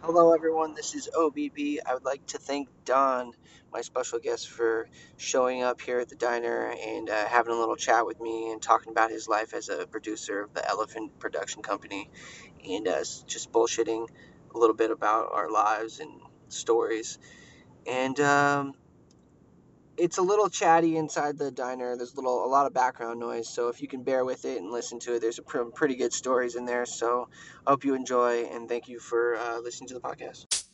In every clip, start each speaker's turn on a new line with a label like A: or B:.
A: Hello, everyone. This is OBB. I would like to thank Don, my special guest, for showing up here at the diner and uh, having a little chat with me and talking about his life as a producer of the Elephant Production Company and uh, s- just bullshitting a little bit about our lives and stories. And um, it's a little chatty inside the diner. There's a little a lot of background noise, so if you can bear with it and listen to it, there's a pr- pretty good stories in there. So I hope you enjoy and thank you for uh, listening to the podcast.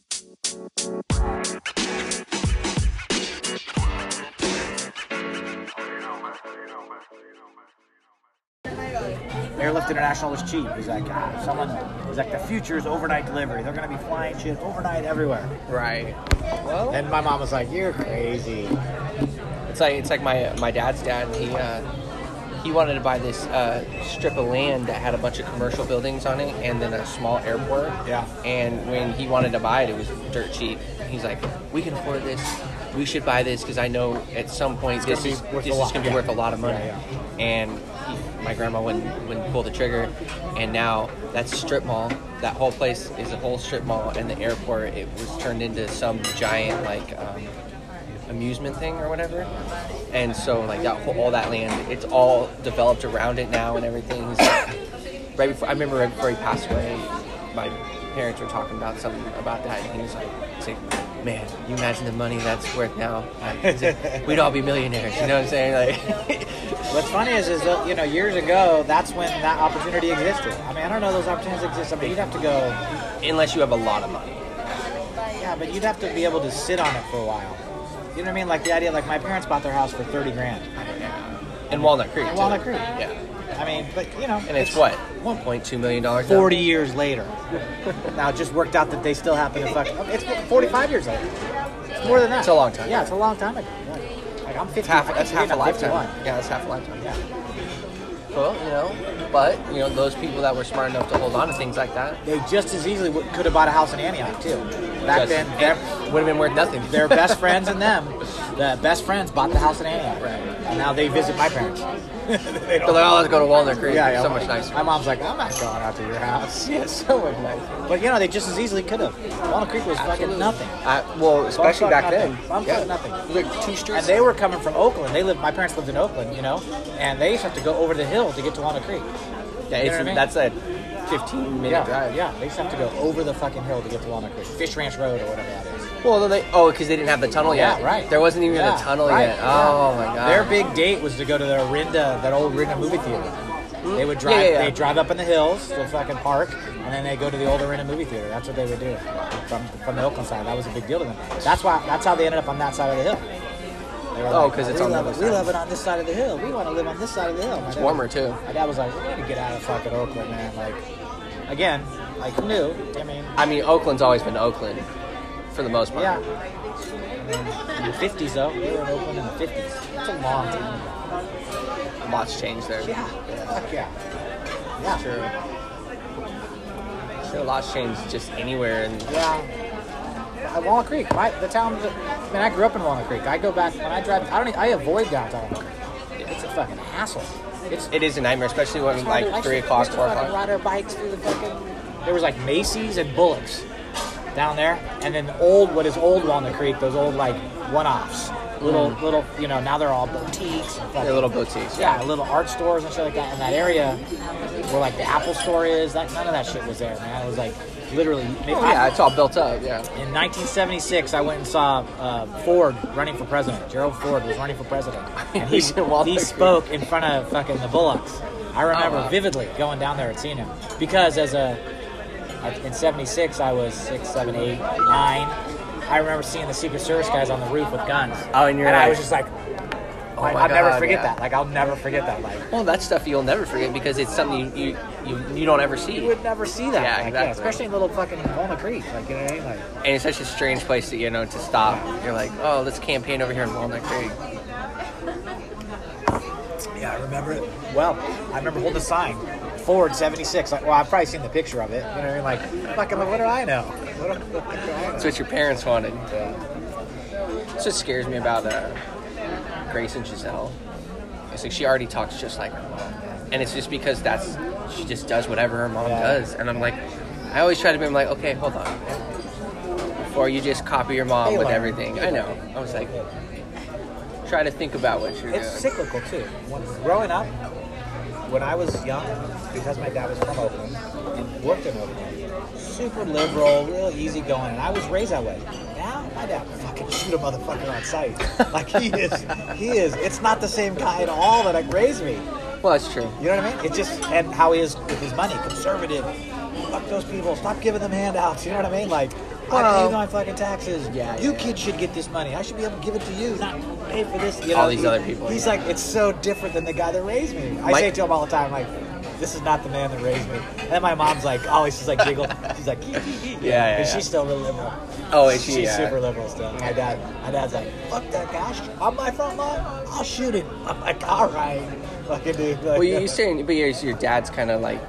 B: Airlift International was cheap. He's like, ah, someone, he's like, the future is overnight delivery. They're going to be flying shit overnight everywhere.
A: Right. Well,
B: And my mom was like, you're crazy.
A: it's like it's like my my dad's dad. He uh, he wanted to buy this uh, strip of land that had a bunch of commercial buildings on it, and then a small airport.
B: Yeah.
A: And when he wanted to buy it, it was dirt cheap. He's like, "We can afford this. We should buy this because I know at some point
B: gonna
A: this
B: be
A: is
B: worth
A: this
B: a
A: is
B: lot."
A: going to
B: Yeah.
A: be worth a lot of money."
B: Yeah,
A: And he, my grandma wouldn't wouldn't pull the trigger, and now that strip mall, that whole place is a whole strip mall, and the airport it was turned into some giant like. Um, amusement thing or whatever. And so like that whole, all that land, it's all developed around it now and everything. He's like- right before I remember right before he passed away, my parents were talking about something about that, and he was like, he's like, "Man, you imagine the money that's worth now? Like, he's like, we'd all be millionaires." You know what I'm saying? Like,
B: What's funny is, is that, you know, years ago, that's when that opportunity existed. I mean, I don't know those opportunities exist. I mean, you'd have to go,
A: unless you have a lot of money.
B: yeah, but you'd have to be able to sit on it for a while. You know what I mean? Like the idea, like my parents bought their house for 30 grand.
A: In Walnut Creek.
B: In
A: too.
B: Walnut Creek.
A: Yeah.
B: I mean, but you know.
A: And it's, what? One point two million dollars. now?
B: 40 years later. now, it just worked out that they still happen to fuck. It's 45 years later. It's more than that.
A: It's a long time.
B: Yeah, it's a long time ago. Yeah. Like I'm 50.
A: It's half.
B: I
A: That's
B: keep forgetting
A: half a
B: I'm
A: lifetime.
B: 51.
A: Yeah, that's half a lifetime.
B: Yeah.
A: Well, you know, but you know those people that were smart enough to hold on to things like that.
B: They just as easily would, could have bought a house in Antioch too. Back then, their,
A: would have been worth nothing.
B: their best friends and them, the best friends bought the house in Antioch.
A: Right.
B: And now they visit my parents. They
A: They're
B: don't-
A: like, oh, let's go to Walnut Creek.
B: Yeah,
A: Yeah,
B: yeah.
A: so much nicer.
B: My mom's like, I'm not going out to your house. Yeah, so much nicer. But you know, they just as easily could have. Walnut Creek was
A: Absolutely.
B: fucking nothing.
A: I, well,
B: fuck
A: especially back
B: nothing.
A: then.
B: Bum fuck nothing.
A: Like two streets.
B: And they were coming from Oakland. They lived. My parents lived in Oakland, you know, and they used to have to go over the hill to get to Walnut Creek.
A: yeah,
B: you know
A: it's,
B: what I mean?
A: that's a 15 minute
B: Yeah,
A: drive.
B: yeah. They used to have to go over the fucking hill to get to Walnut Creek, Fish Ranch Road or whatever that is.
A: Well, then they oh, because they didn't have the tunnel
B: Yeah,
A: yet.
B: right.
A: There wasn't even
B: Yeah,
A: a tunnel
B: right,
A: yet.
B: yeah.
A: Oh my god.
B: Their big date was to go to the Arinda, that old Arinda movie theater. They would drive.
A: Hmm? Yeah, yeah, yeah.
B: They drive up in the hills, the fucking park, and then they go to the old Arinda movie theater. That's what they would do from from the Oakland side. That was a big deal to them. That's why. That's how they ended up on that side of the hill. They were
A: Oh,
B: like,
A: 'cause it's
B: we
A: on the
B: love
A: other
B: it. We
A: side.
B: love it on this side of the hill. We want to live on this side of the hill. My
A: It's
B: dad-
A: warmer too.
B: My dad was like, we need to get out of fucking Oakland, man. Like, again, like who knew? I mean,
A: I mean, Oakland's always been Oakland, for the most part.
B: yeah. In the 50s, though. We were in Oakland in the 50s. That's a long time ago.
A: Lots changed there.
B: Yeah. Fuck yeah. Yeah.
A: True. Sure, lots changed just anywhere and
B: Yeah. Uh, Walnut Creek, my, the town. That, I mean, I grew up in Walnut Creek. I go back when I drive. I don't. e- I avoid downtown. Walnut Creek. It's a fucking hassle. It's
A: It is a nightmare, especially when
B: it's hard to- I
A: like three
B: used to-
A: o'clock,
B: used to
A: four
B: fucking
A: o'clock.
B: Ride our bikes through the fucking. There was like Macy's and Bullocks down there, and then old what is old Walnut Creek? Those old like one-offs, little
A: Mm.
B: little. You know, now they're all boutiques. And fucking,
A: They're little boutiques.
B: yeah, little art stores and shit like that in that area where like the Apple store is. That none of that shit was there, man. It was like literally.
A: Oh, yeah, it's all built up. Yeah.
B: In 1976, I went and saw uh, Ford running for president. Gerald Ford was running for president, and he,
A: He's in Walnut
B: he
A: Creek.
B: spoke in front of fucking the Bullocks. I remember
A: Oh, wow.
B: vividly going down there and seeing him because as a I- in '76 I was six, seven, eight, nine. I remember seeing the Secret Service guys on the roof with guns.
A: Oh, and you're
B: I
A: like-
B: was just like,
A: Oh
B: like,
A: my
B: I'll never
A: God,
B: forget
A: yeah.
B: that. Like I'll never forget that. Like
A: Well, that stuff you'll never forget because it's something you you, you, you don't ever
B: you
A: see,
B: would never see that.
A: Yeah,
B: like,
A: exactly.
B: especially in little fucking Walnut Creek. Like you know what I mean? Like
A: and it's such a strange place to you know to stop. You're like, oh, let's campaign over here in Walnut Creek.
B: Yeah, I remember it. Well, I remember holding a sign, Ford 76. Like, well, I've probably seen the picture of it. You know what I mean? Like, fucking, what do I know? What do, what do I know?
A: That's what your parents wanted.
B: Yeah.
A: That's what scares me about uh, Grace and Giselle. It's like she already talks just like her mom, and it's just because that's she just does whatever her mom
B: Yeah.
A: does, and I'm like, I always try to be I'm like, okay, hold on, before. You just copy your mom
B: They
A: with
B: learn.
A: everything. I know. I was like, try to think about what you're
B: It's
A: doing.
B: cyclical too. When, growing up, when I was young, because my dad was from Oakland and worked in Oakland, super liberal, real easygoing, and I was raised that way. Now my dad would fucking shoot a motherfucker on sight. Like he is, he is. It's not the same guy at all that like, raised me.
A: Well, it's true.
B: You know what I mean? It's just and how he is with his money, conservative. Fuck those people. Stop giving them handouts. You know what I mean? Like, I
A: Well-
B: pay my fucking taxes.
A: Yeah,
B: you
A: yeah.
B: kids should get this money. I should be able to give it to you, not pay for this. You
A: All
B: know,
A: these
B: he-
A: other people,
B: He's
A: yeah.
B: like, it's so different than the guy that raised me. I
A: Mike-
B: say to him all the time, like, this is not the man that raised me. And my mom's like, always she's like giggle. She's like, hee, hee, hee.
A: Yeah, yeah,
B: And
A: yeah.
B: she's still really liberal.
A: Oh, is she?
B: She's
A: Yeah.
B: super liberal still. My dad, my dad's like, fuck that guy. Sh- On my front line, I'll shoot him. I'm like, all right, fucking dude. Like,
A: Well, you, you're saying, but your, your dad's kind of like,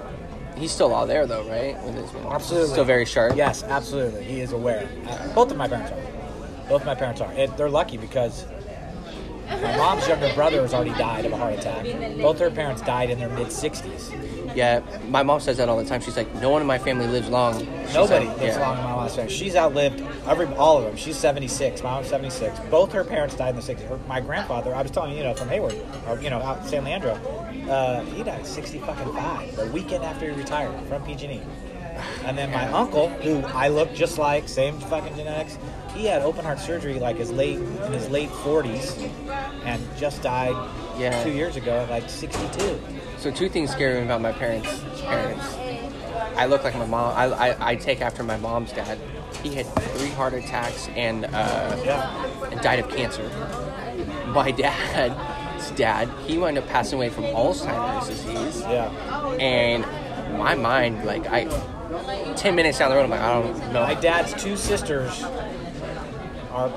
A: he's still all there though, right? With his mom.
B: Absolutely.
A: Still very sharp.
B: Yes, absolutely. He is aware. Uh, Both of my parents are. Both my parents are. And they're lucky because my mom's younger brother has already died of a heart attack. Both her parents died in their mid 60s.
A: Yeah. My mom says that all the time. She's like, no one in my family lives long. She's
B: Nobody
A: like,
B: lives
A: yeah.
B: long in my mom's family. She's outlived every all of them. She's 76. My mom's 76. Both her parents died in the 60s. Her, my grandfather, I was telling you, you know, from Hayward, or, you know, out in San Leandro, uh, he died 60 fucking five, the weekend after he retired from PG&E. E. And then my uncle, who I look just like, same fucking genetics, he had open heart surgery like his late in his late 40s, and just died
A: Yeah.
B: two years ago at like 62.
A: So two things scare me about my parents. Parents. I look like my mom. I, I, I take after my mom's dad. He had three heart attacks and uh,
B: Yeah,
A: and died of cancer. My dad's dad, he wound up passing away from Alzheimer's disease.
B: yeah.
A: And my mind, like I, ten minutes down the road, I'm like, I don't know.
B: My dad's two sisters are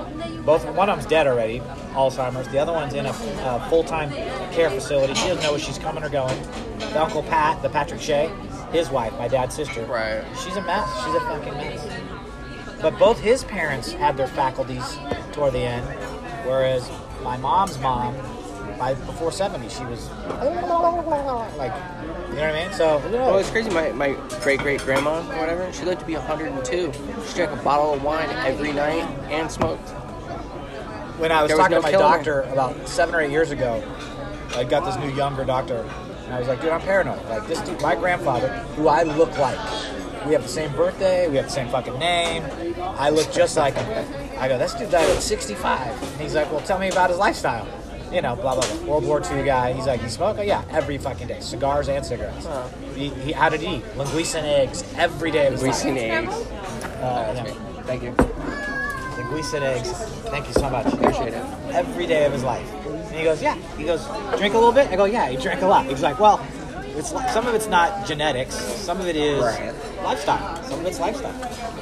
B: both. One of them's dead already, Alzheimer's. The other one's in a, a full-time care facility. She doesn't know if she's coming or going. The Uncle Pat, the Patrick Shea, his wife, my dad's sister.
A: Right.
B: She's a mess. She's a fucking mess. But both his parents had their faculties toward the end, whereas my mom's mom, by before seventy, she was like, you know what I mean? So
A: Well, it's crazy. My, my great great grandma, or whatever, she lived to be 102. She drank a bottle of wine every night and smoked.
B: when I was
A: There was
B: talking
A: no
B: to my
A: killer.
B: doctor about seven or eight years ago, I got this new younger doctor, and I was like, dude, I'm paranoid. Like this dude, my grandfather, who I look like, we have the same birthday, we have the same fucking name, I look just like him. I go, this dude died at 65, and he's like, well, tell me about his lifestyle. You know, blah blah blah. World War II guy. He's like, you smoke? Oh, yeah, every fucking day, cigars and cigarettes. He, he, how did he eat? Linguiça and eggs every day. of his
A: Greasy
B: life.
A: eggs.
B: Uh, yeah.
A: Thank you.
B: Linguiça and eggs. Thank you so much.
A: Appreciate it.
B: Every day of his life. And he goes, yeah. He goes, drink a little bit. I go, yeah. He drank a lot. He's like, well, it's li- some of it's not genetics. Some of it is
A: Right.
B: lifestyle. Some of it's lifestyle.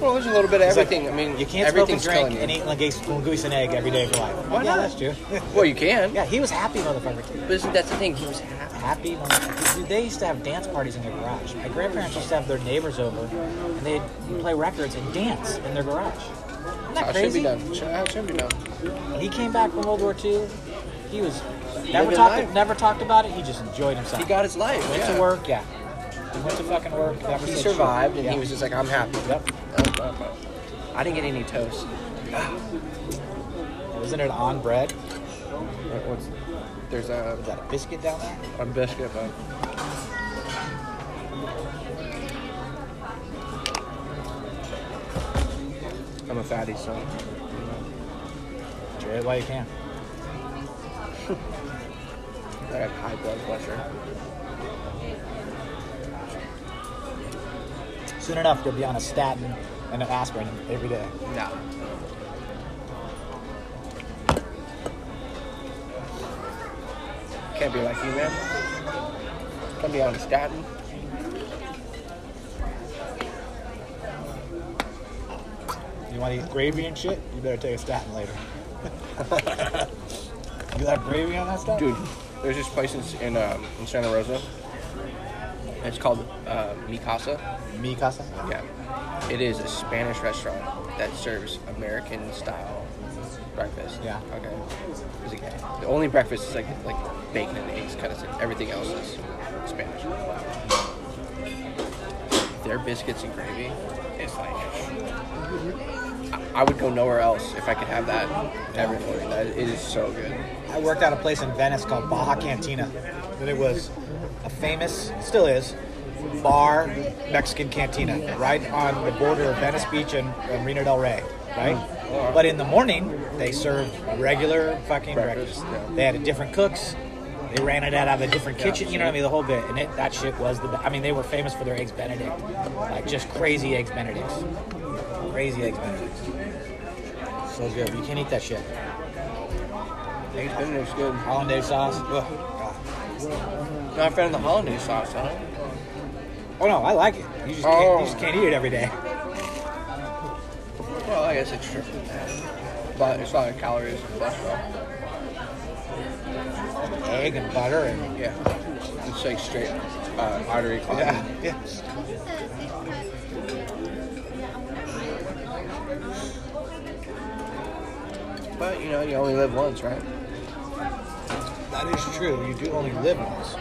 A: Well, there's a little bit of
B: He's like,
A: everything. I mean,
B: you can't smoke and
A: everything's
B: drink
A: killing
B: and
A: you.
B: eat linguiça, linguiça and egg every day of your life. I'm like, yeah,
A: not?
B: that's true.
A: Well, you can.
B: yeah, he was happy, motherfucker. Too.
A: But isn't that the thing? He was happy.
B: happy. motherfucker. Dude, They used to have dance parties in their garage. My grandparents used to have their neighbors over, and they'd play records and dance in their garage. Isn't that
A: How should
B: crazy?
A: be done. Should- How should be done.
B: When he came back from World War II, he was never
A: Living
B: talked,
A: life.
B: never talked about it. He just enjoyed himself.
A: He got his life.
B: went
A: yeah.
B: to work, yeah. He went to fucking work. Never
A: He
B: said
A: survived,
B: shit.
A: and
B: Yeah.
A: he was just like, I'm happy.
B: Yep.
A: I didn't get any toast.
B: Wasn't it on bread?
A: What- what's- There's a,
B: Was that a biscuit down there?
A: a biscuit, but I'm a fatty, so
B: Enjoy it while you can.
A: I have high blood pressure.
B: Soon enough, you'll be on a statin and an aspirin every day.
A: No. Can't be like you, man. Can't be on a statin.
B: You want to eat gravy and shit? You better take a statin later. you like gravy on that stuff?
A: Dude, there's this place in, in, um, in Santa Rosa. It's called uh, Mi Casa.
B: Me, casa.
A: Yeah. It is a Spanish restaurant that serves American style breakfast.
B: Yeah.
A: Okay. It's like- the only breakfast is like like bacon and eggs kind of thing. Everything else is Spanish. Their biscuits and gravy is like
C: I would go nowhere else if I could have that every morning. That it is so good.
B: I worked at a place in Venice called Baja Cantina, and it was a famous, still is, bar Mexican cantina right on the border of Venice Beach and, and Reno del Rey, right? But in the morning, they served regular fucking breakfast.
C: Breakfast, yeah.
B: They had a different cooks. They ran it out of a different kitchen. You know what I mean? The whole bit, and it, that shit was the. be- I mean, they were famous for their eggs Benedict, like just crazy eggs Benedicts, crazy eggs Benedicts. So good, but you can't eat that shit.
C: Eggs Benedict's good.
B: Hollandaise sauce. Ugh.
C: Not a fan of the hollandaise sauce, huh?
B: Oh no, I like it. You just, can't,
C: Oh.
B: you just can't eat it every day.
C: Well, I guess it's true. But it's a lot of calories and cholesterol.
B: Egg and butter and
C: Yeah. It's like straight uh, artery clogging.
B: yeah, yeah.
C: But you know, you only live once, right?
B: That is true. You do only live once.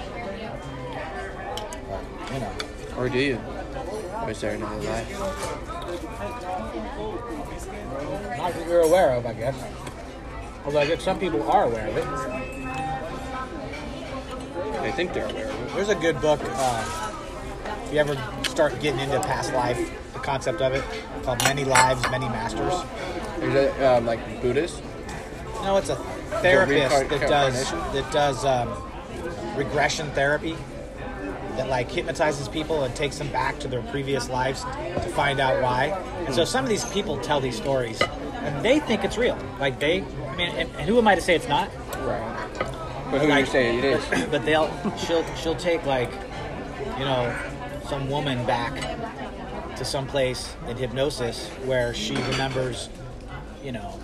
B: You know,
C: Or do you? Or is there another life?
B: not that you're aware of, I guess. Although I guess some people are aware of it.
C: They think they're aware of it.
B: There's a good book. Uh, if you ever start getting into past life, the concept of it, called "Many Lives, Many Masters."
C: Is it um, like Buddhist?
B: No, it's a therapist
C: reincar-
B: that does
C: reincarnation?
B: that does um, regression therapy that like hypnotizes people and takes them back to their previous lives to find out why. And so some of these people tell these stories and they think it's real. Like they, I mean, and, and who am I to say it's not?
C: Right. But who
B: Like-
C: you say it is? Oh,
B: But, but they'll she'll she'll take like you know some woman back to some place in hypnosis where she remembers you know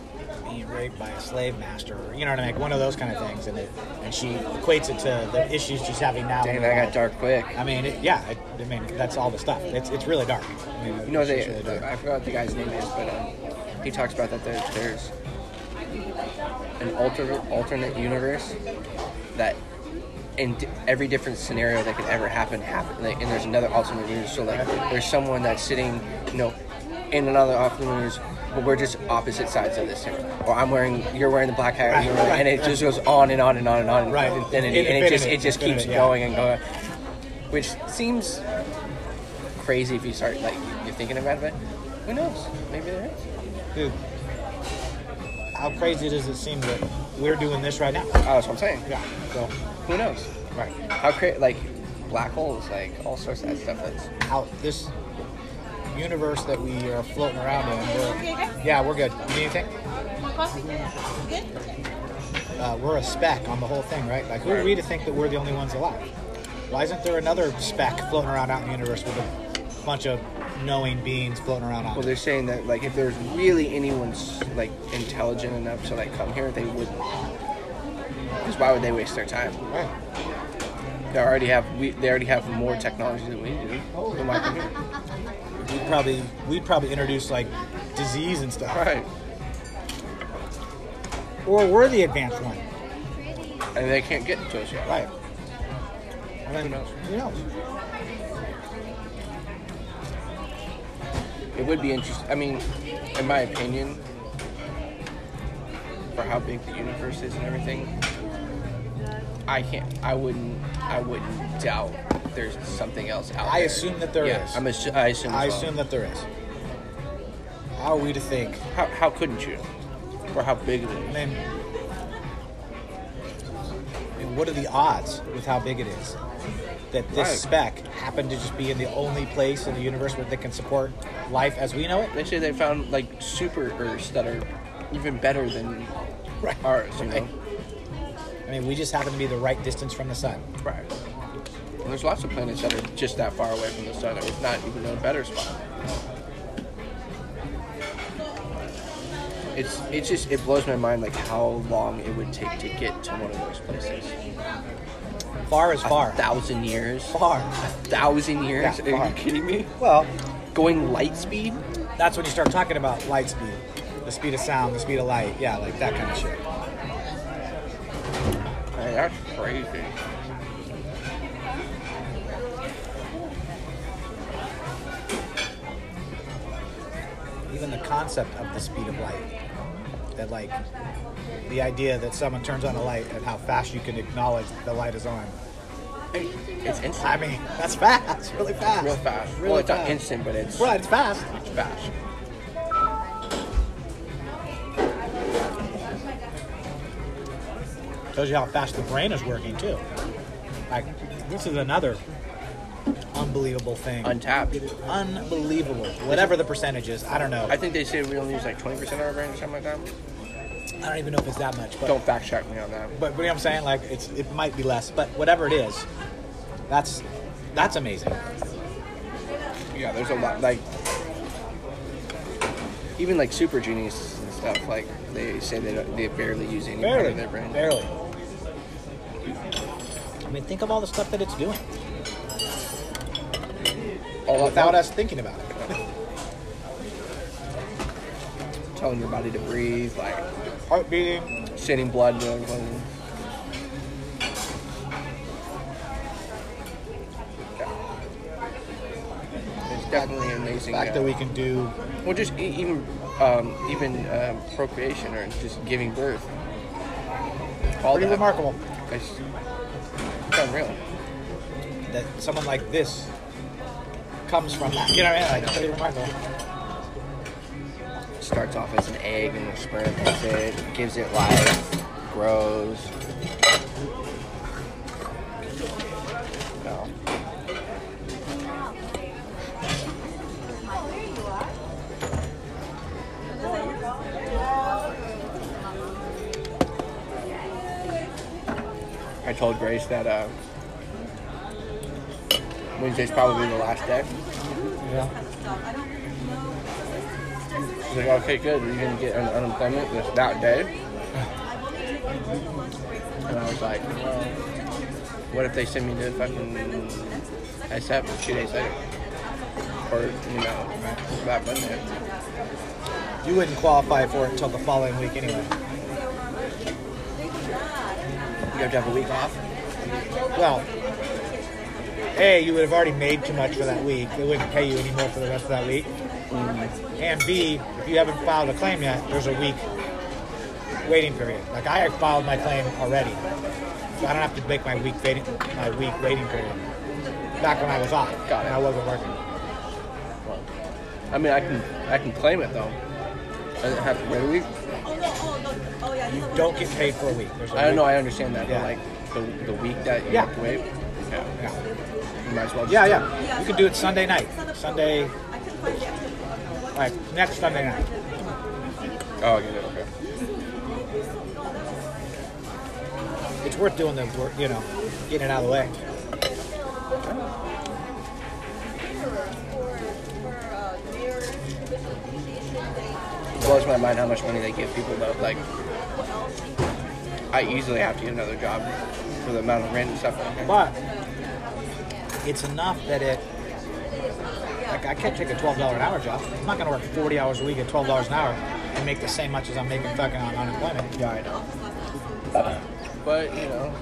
B: being raped by a slave master or you know what I mean, like one of those kind of things, and it and she equates it to the issues she's having now.
C: Dang, that got dark quick.
B: I mean, it, yeah, it, I mean that's all the stuff. It's it's really dark. I mean,
C: You know,
B: it's
C: they,
B: really dark.
C: I forgot what the guy's name is, but um, he talks about that there, there's an alter, alternate universe that in di- every different scenario that could ever happen, happen. Like, and there's another alternate universe. So, like, there's someone that's sitting, you know, in another alternate universe, but we're just opposite sides of this table. Or I'm wearing, you're wearing the black hat, and, you're wearing- and it just goes on and on and on and on.
B: Right.
C: And, then it,
B: In
C: and it just,
B: infinity.
C: it just keeps
B: Infinity, yeah.
C: going and going. Which seems crazy if you start like you're thinking about it. Who knows? Maybe there is.
B: Dude, how crazy does it seem that we're doing this right now?
C: Oh, that's what I'm saying.
B: Yeah. So
C: Who knows?
B: right.
C: How cra like black holes, like all sorts of that stuff. That's
B: out this universe that we are floating around in. We're, yeah, we're good. You need anything?
D: Coffee? Good?
B: Uh, we're a speck on the whole thing, right? Like, who are we to think that we're the only ones alive? Why isn't there another speck floating around out in the universe with a bunch of knowing beings floating around out?
C: well, they're saying that like if there's really anyone's like intelligent enough to like come here, they wouldn't. Because why would they waste their time?
B: Right.
C: They already have we they already have more technology than we do. Then why come here?
B: We probably we probably introduce like disease and stuff,
C: Right.
B: or we're the advanced one,
C: And they can't get to us yet.
B: right? And then,
C: Who knows?
B: Who knows?
C: It would be interesting. I mean, in my opinion, for how big the universe is and everything, I can't. I wouldn't. I wouldn't doubt there's something else out there.
B: I assume that there
C: yeah,
B: is.
C: I'm assu- I assume.
B: I assume that there is. How are we to think
C: That- how, how couldn't you? For how big it is.
B: I mean, I mean, what are the odds with how big it is that this
C: Right.
B: spec happened to just be in the only place in the universe where they can support life as we know it?
C: They say they found like super Earths that are even better than
B: Right.
C: ours. You
B: Right.
C: know.
B: I mean, we just happen to be the right distance from the sun.
C: Right. And there's lots of planets that are just that far away from the sun, or if not even a better spot. It's it's just it blows my mind like how long it would take to get to one of those places.
B: Far is far.
C: A thousand years.
B: far.
C: Thousand years?
B: Yeah,
C: are
B: far.
C: you kidding me?
B: Well,
C: Going light speed?
B: that's when you start talking about light speed, the speed of sound, the speed of light. Yeah, like that kind of shit.
C: Hey, that's crazy.
B: even the concept of the speed of light. That like the idea that someone turns on a light and how fast you can acknowledge the light is on.
C: It's instant.
B: I mean, that's fast. That's really fast.
C: real fast.
B: Really
C: well, it's
B: fast.
C: not instant, but it's
B: Right, it's fast.
C: fast.
B: Tells you how fast the brain is working too. Like this is another unbelievable thing.
C: Untapped.
B: unbelievable. Whatever the percentage is, I don't know.
C: I think they say we only use like 20% of our brain or something like that.
B: I don't even know if it's that much, but
C: Don't fact check me on that.
B: but you know what I'm saying? Like it's it might be less, but whatever it is, that's that's amazing.
C: Yeah, there's a lot. Like, even like super geniuses and stuff, like, they say they, don't, they barely use any part
B: Barely,
C: of their brain.
B: barely. I mean, think of all the stuff that it's doing without
C: All without us
B: us thinking about it.
C: telling your body to breathe, like,
B: Heart beating.
C: sending blood to other places. Yeah. It's definitely an
B: The
C: amazing.
B: fact
C: uh,
B: that we can do
C: Well, just e- even um, even um, procreation or just giving birth. All
B: pretty
C: that.
B: remarkable.
C: It's, it's unreal.
B: That someone like this comes from that. You know what I mean? Like pretty remarkable.
C: Starts off as an egg and experiments it, gives it life, grows. No. I told Grace that uh, Wednesday's probably the last day.
B: Yeah.
C: She's like, okay, good. You're gonna get an unemployment this that day. And I was like, well, what if they send me to fucking ASAP two days later? Or, you know, that Monday.
B: You wouldn't qualify for it until the following week anyway.
C: You have to have a week off.
B: Well, A, you would have already made too much for that week. They wouldn't pay you anymore for the rest of that week. And B, if you haven't filed a claim yet, there's a week waiting period. Like I filed my claim already, so I don't have to make my week waiting my week waiting period. Back when I was off,
C: Got it.
B: and I wasn't working.
C: Well, I mean, I can I can claim it though. I don't have to wait a week.
B: You don't get paid for a week. There's a
C: I don't know.
B: week-
C: I understand that,
B: Yeah.
C: but like the, the week that you
B: Yeah.
C: have to wait. Yeah.
B: Yeah.
C: You might as well. Just
B: Yeah,
C: do it.
B: yeah. You could do it Sunday night. Sunday, like next Sunday night.
C: Oh, I get it. Okay.
B: It's worth doing the work, you know, getting it out of the way.
C: blows my mind how much money they give people though. Like, I easily have to get another job for the amount of rent and stuff. Like that.
B: but it's enough that it like I can't take a twelve dollar an hour job. I'm not gonna work forty hours a week at twelve dollars an hour and make the same much as I'm making fucking on unemployment.
C: Yeah, I know. But you know,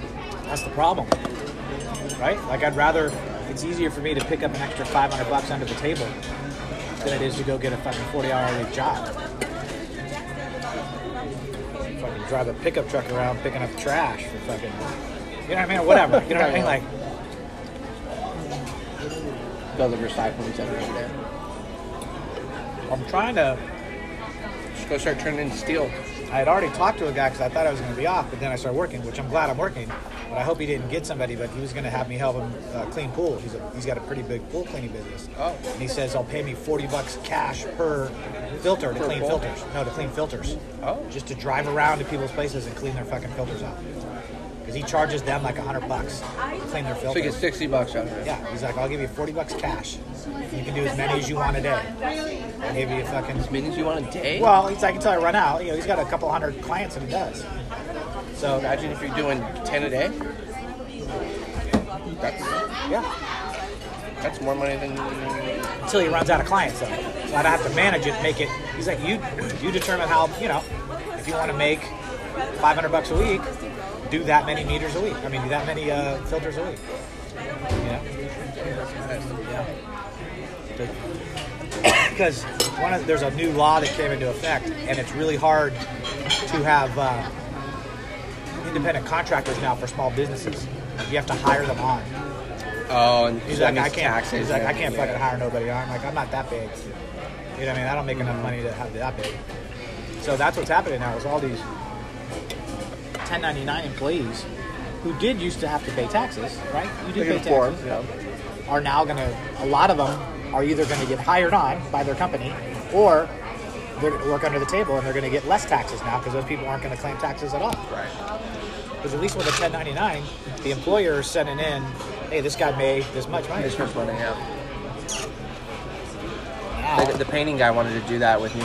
B: That's the problem, right? Like I'd rather it's easier for me to pick up an extra five hundred bucks under the table than it is to go get a fucking forty hour a week job. Fucking drive a pickup truck around picking up trash for fucking you know what I mean or whatever. You know what I mean? Like
C: the other recycling center over there.
B: I'm trying to
C: Just go start turning in steel.
B: I had already talked to a guy because I thought I was going to be off, but then I started working, which I'm glad I'm working. But I hope he didn't get somebody, but he was going to have me help him uh, clean pool. He's, a, he's got a pretty big pool cleaning business.
C: Oh.
B: And he says, I'll pay me 40 bucks cash per filter to
C: Per
B: clean
C: pool?
B: filters. No, to clean filters.
C: Oh.
B: Just to drive around to people's places and clean their fucking filters out. Because he charges them like 100 bucks to clean their
C: So you
B: filters.
C: get sixty bucks out of it.
B: yeah, he's like, I'll give you 40 bucks cash. You can do as many as you want a day. I'll give you a fucking
C: Meetings you want a day?
B: well, he's like until I run out. You know, he's got a couple hundred clients, and he does. So
C: imagine if you're doing ten a day. That's
B: yeah,
C: that's more money than yeah.
B: until he runs out of clients, though. So I'd have to manage it, make it. He's like, you, you determine how. You know, if you want to make 500 bucks a week, do that many meters a week. I mean, do that many uh, filters a week. You know, because one of, there's a new law that came into effect, and it's really hard to have uh, independent contractors now for small businesses. You have to hire them on.
C: Oh, and
B: He's
C: that
B: like,
C: means
B: I can't.
C: Taxes,
B: he's like, I can't
C: yeah.
B: fucking hire nobody. I'm like, I'm not that big. You know what I mean? I don't make enough money to have that big. So that's what's happening now. Is all these 1099 employees who did used to have to pay taxes, right? You
C: Look
B: did
C: at
B: pay
C: the form,
B: taxes.
C: yeah.
B: Are now going to. A lot of them are either going to get hired on by their company, or they work under the table and they're going to get less taxes now because those people aren't going to claim taxes at all.
C: Right.
B: Because at least with a 1099, the employer is sending in, hey, this guy made this much money.
C: This was running out.
B: Now-
C: The, the painting guy wanted to do that with me,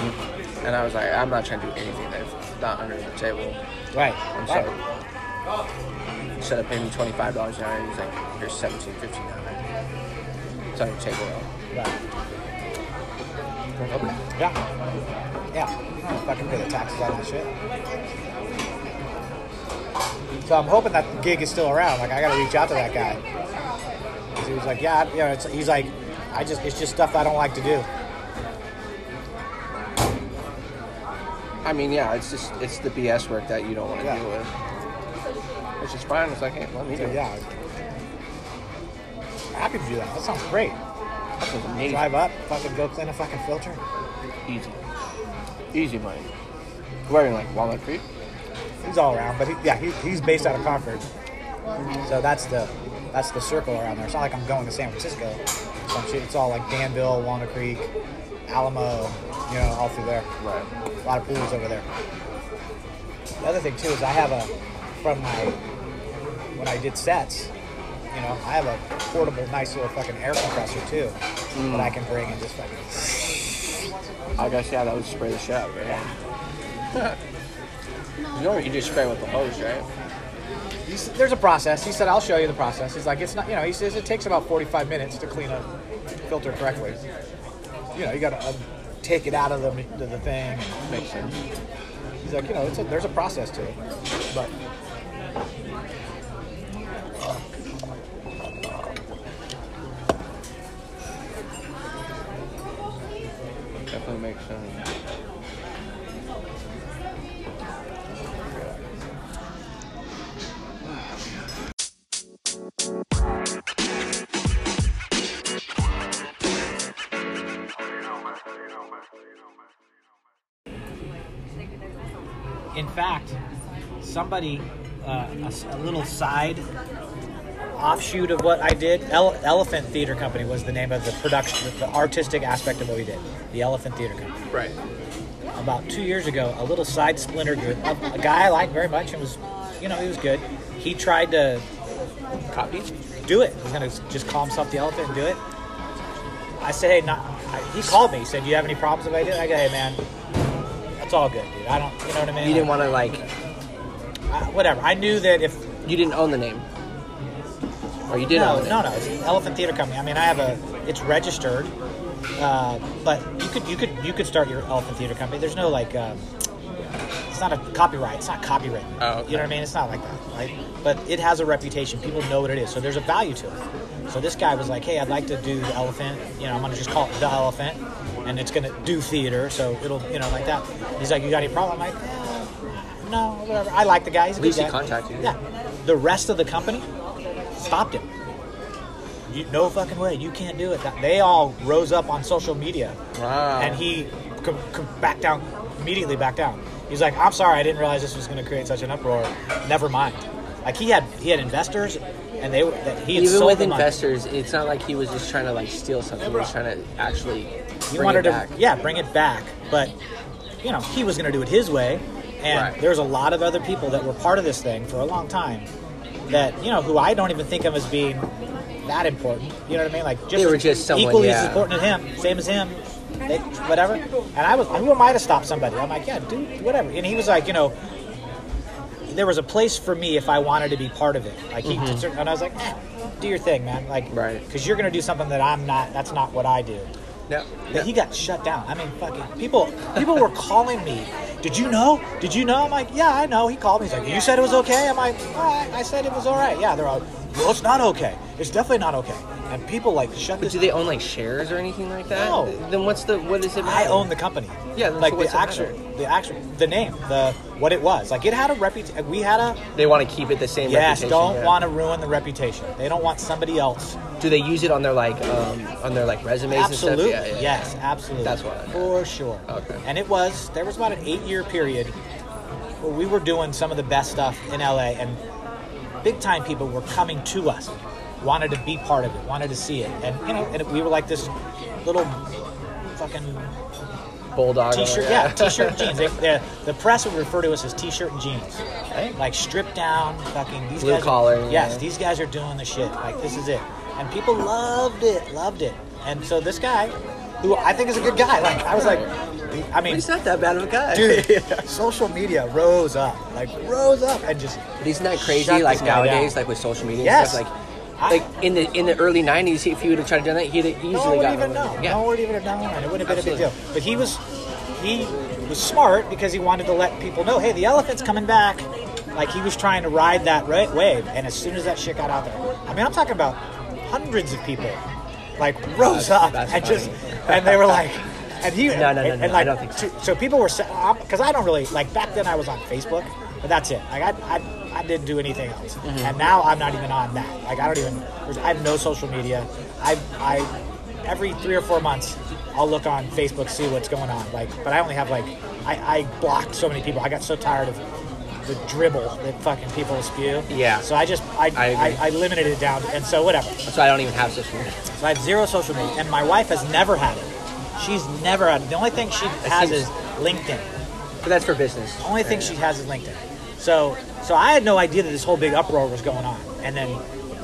C: and I was like, I'm not trying to do anything that's not under the table.
B: Right.
C: And
B: right.
C: so instead of paying me twenty five dollars an hour, he's like, here's seventeen fifty an hour. It's on your table.
B: Right.
C: Okay.
B: Yeah. Yeah. Fucking pay the taxes out of the shit. So I'm hoping that gig is still around. Like I gotta reach out to that guy. 'Cause He was like, yeah, I- you know, it's, he's like, I just, it's just stuff I don't like to do.
C: I mean, yeah, it's just it's the BS work that you don't want to
B: Yeah.
C: deal with. It's just fine. It's like, hey, let me do
B: So
C: it.
B: yeah. I'm happy to do that. That sounds great.
C: That was amazing.
B: Drive up, fucking go clean a fucking filter.
C: Easy, easy money. Wearing like Walnut Creek.
B: He's all around, but he, yeah, he, he's based out of Concord. So that's the that's the circle around there. It's not like I'm going to San Francisco. So I'm shit- it's all like Danville, Walnut Creek, Alamo, you know, all through there.
C: Right.
B: A lot of pools over there. The other thing too is I have a from my when I did sets, you know, I have a portable, nice little fucking air compressor too that I can bring and just fucking
C: I guess yeah, that would spray the shit out, right? you know, you just spray with the hose, right?
B: He s there's a process. He said, I'll show you the process. He's like, it's not, you know, he says it takes about 45 minutes to clean a filter correctly. You know, you gotta um, take it out of the, the, the thing.
C: Makes sense.
B: He's like, you know, it's a, there's a process to it. But
C: Definitely makes sense.
B: in fact, somebody, uh, a s- a, little side offshoot of what I did, Ele- Elephant Theater Company was the name of the production, the artistic aspect of what we did, the Elephant Theater Company.
C: Right.
B: about two years ago, a little side splinter group, a, a guy I liked very much and was, you know, he was good. He tried to
C: Copy.
B: do it. He's gonna just call himself the elephant and do it. I said, hey, not. I, he called me. He said, do you have any problems if I do it? I go, hey, man, that's all good, dude. I don't, you know what I mean?
C: You didn't want to like.
B: I, whatever. I knew that if
C: You didn't own the name. Or you did
B: no,
C: own it.
B: no, no, it's the Elephant Theater Company. I mean, I have a, it's registered, uh, but you could, you could, you could start your Elephant Theater Company. There's no like, um, it's not a copyright. It's not copyrighted.
C: Oh, okay.
B: You know what I mean? It's not like that, right? But it has a reputation. People know what it is, so there's a value to it. So this guy was like, "Hey, I'd like to do the elephant. You know, I'm gonna just call it the elephant, and it's gonna do theater. So it'll, you know, like that." He's like, "You got any problem?" I'm like, "Uh, "No, whatever. I like the guy. He's a
C: At least
B: good
C: he
B: guy."
C: contacted you.
B: Yeah. The rest of the company stopped him. You, no fucking way. You can't do it. That- They all rose up on social media.
C: Wow.
B: And he com- com- back down, immediately back down. He's like, I'm sorry, I didn't realize this was going to create such an uproar. Never mind. Like he had he had investors, and they were- that he had
C: Even
B: sold
C: with
B: them on-
C: investors, it's not like he was just trying to like steal something. He was trying to actually
B: He
C: bring
B: wanted
C: it back.
B: to yeah bring it back, but you know he was going to do it his way, and
C: Right.
B: there's a lot of other people that were part of this thing for a long time that you know who I don't even think of as being that important. You know what I mean? Like just
C: They were
B: as
C: just someone,
B: equally
C: yeah.
B: as important as him, same as him. They, whatever, and I was. Who am I to stop somebody? I'm like, yeah, dude, whatever. And he was like, you know, there was a place for me if I wanted to be part of it. Like he, and I was like, eh, do your thing, man. Like,
C: Mm-hmm. Right.
B: Because you're gonna do something that I'm not. That's not what I do.
C: No,
B: But he got shut down. I mean, fucking people. People were calling me. Did you know? Did you know? I'm like, yeah, I know. He called me. He's like, you said it was okay. I'm like, "Oh, I, I said it was all right. Yeah, they're all. Well, it's not okay. It's definitely not okay. And and people like shut
C: But
B: this.
C: do they own like shares or anything like that?
B: No.
C: Then what's the what is it?
B: I
C: matter?
B: own the company.
C: Yeah, then so
B: like
C: what's
B: the
C: it
B: actual, the actual, the name, the what it was. Like it had a reputation. We had a
C: They want to keep it the same.
B: yes.
C: reputation,
B: Don't
C: yeah.
B: want to ruin the reputation. They don't want somebody else.
C: Do they use it on their like um, on their like resumes
B: Absolutely.
C: and stuff? Yeah, yeah,
B: yes,
C: yeah.
B: absolutely.
C: That's what I meant.
B: For sure.
C: Okay.
B: And it was there was about an eight year period where we were doing some of the best stuff in LA, and big time people were coming to us, wanted to be part of it, wanted to see it, and you know, and we were like this little fucking
C: Bulldog. or-
B: t-shirt, yeah, t-shirt and jeans. They, they, the press would refer to us as t-shirt and jeans,
C: Right.
B: like stripped down, fucking these
C: Blue
B: guys are-
C: collar,
B: yes,
C: yeah.
B: these guys are doing the shit. Like this is it, and people loved it, loved it. And so this guy, who I think is a good guy, like I was like, I mean,
C: He's not that bad of a guy.
B: dude, social media rose up, like rose up, and just
C: But isn't that
B: Shut
C: crazy?
B: this
C: Like
B: guy down.
C: nowadays, like with social media,
B: Yes.
C: and stuff,
B: I-
C: like like in the in the early '90s, if he would have tried to do that, he'd have easily
B: no one would
C: gotten
B: even
C: away with
B: know.
C: it. Yeah.
B: No one would even have known, and it wouldn't have been a big
C: Absolutely.
B: deal. But he was, he was smart because he wanted to let people know, hey, the elephant's coming back. Like he was trying to ride that right wave, and as soon as that shit got out there, I mean, I'm talking about hundreds of people, like rose
C: That's-
B: up
C: that's
B: and just,
C: funny.
B: and they were like. And he,
C: No, no, no,
B: and,
C: no,
B: and like,
C: I don't think so.
B: to- so people were because I don't really like back then. I was on Facebook, but that's it. Like I, I, I didn't do anything else,
C: Mm-hmm.
B: and now I'm not even on that. Like I don't even. there's- I have no social media. I, I, every three or four months, I'll look on Facebook see what's going on. Like, but I only have like, I, I blocked so many people. I got so tired of the dribble that fucking people spew.
C: Yeah.
B: So I just I
C: I
B: I,
C: agree.
B: I, limited it down, and so whatever.
C: So I don't even have social media.
B: So I have zero social media, and my wife has never had it. She's never had it. The only thing she has
C: seems-
B: is LinkedIn.
C: But that's for business.
B: Only thing she has is LinkedIn. So, so I had no idea that this whole big uproar was going on. And then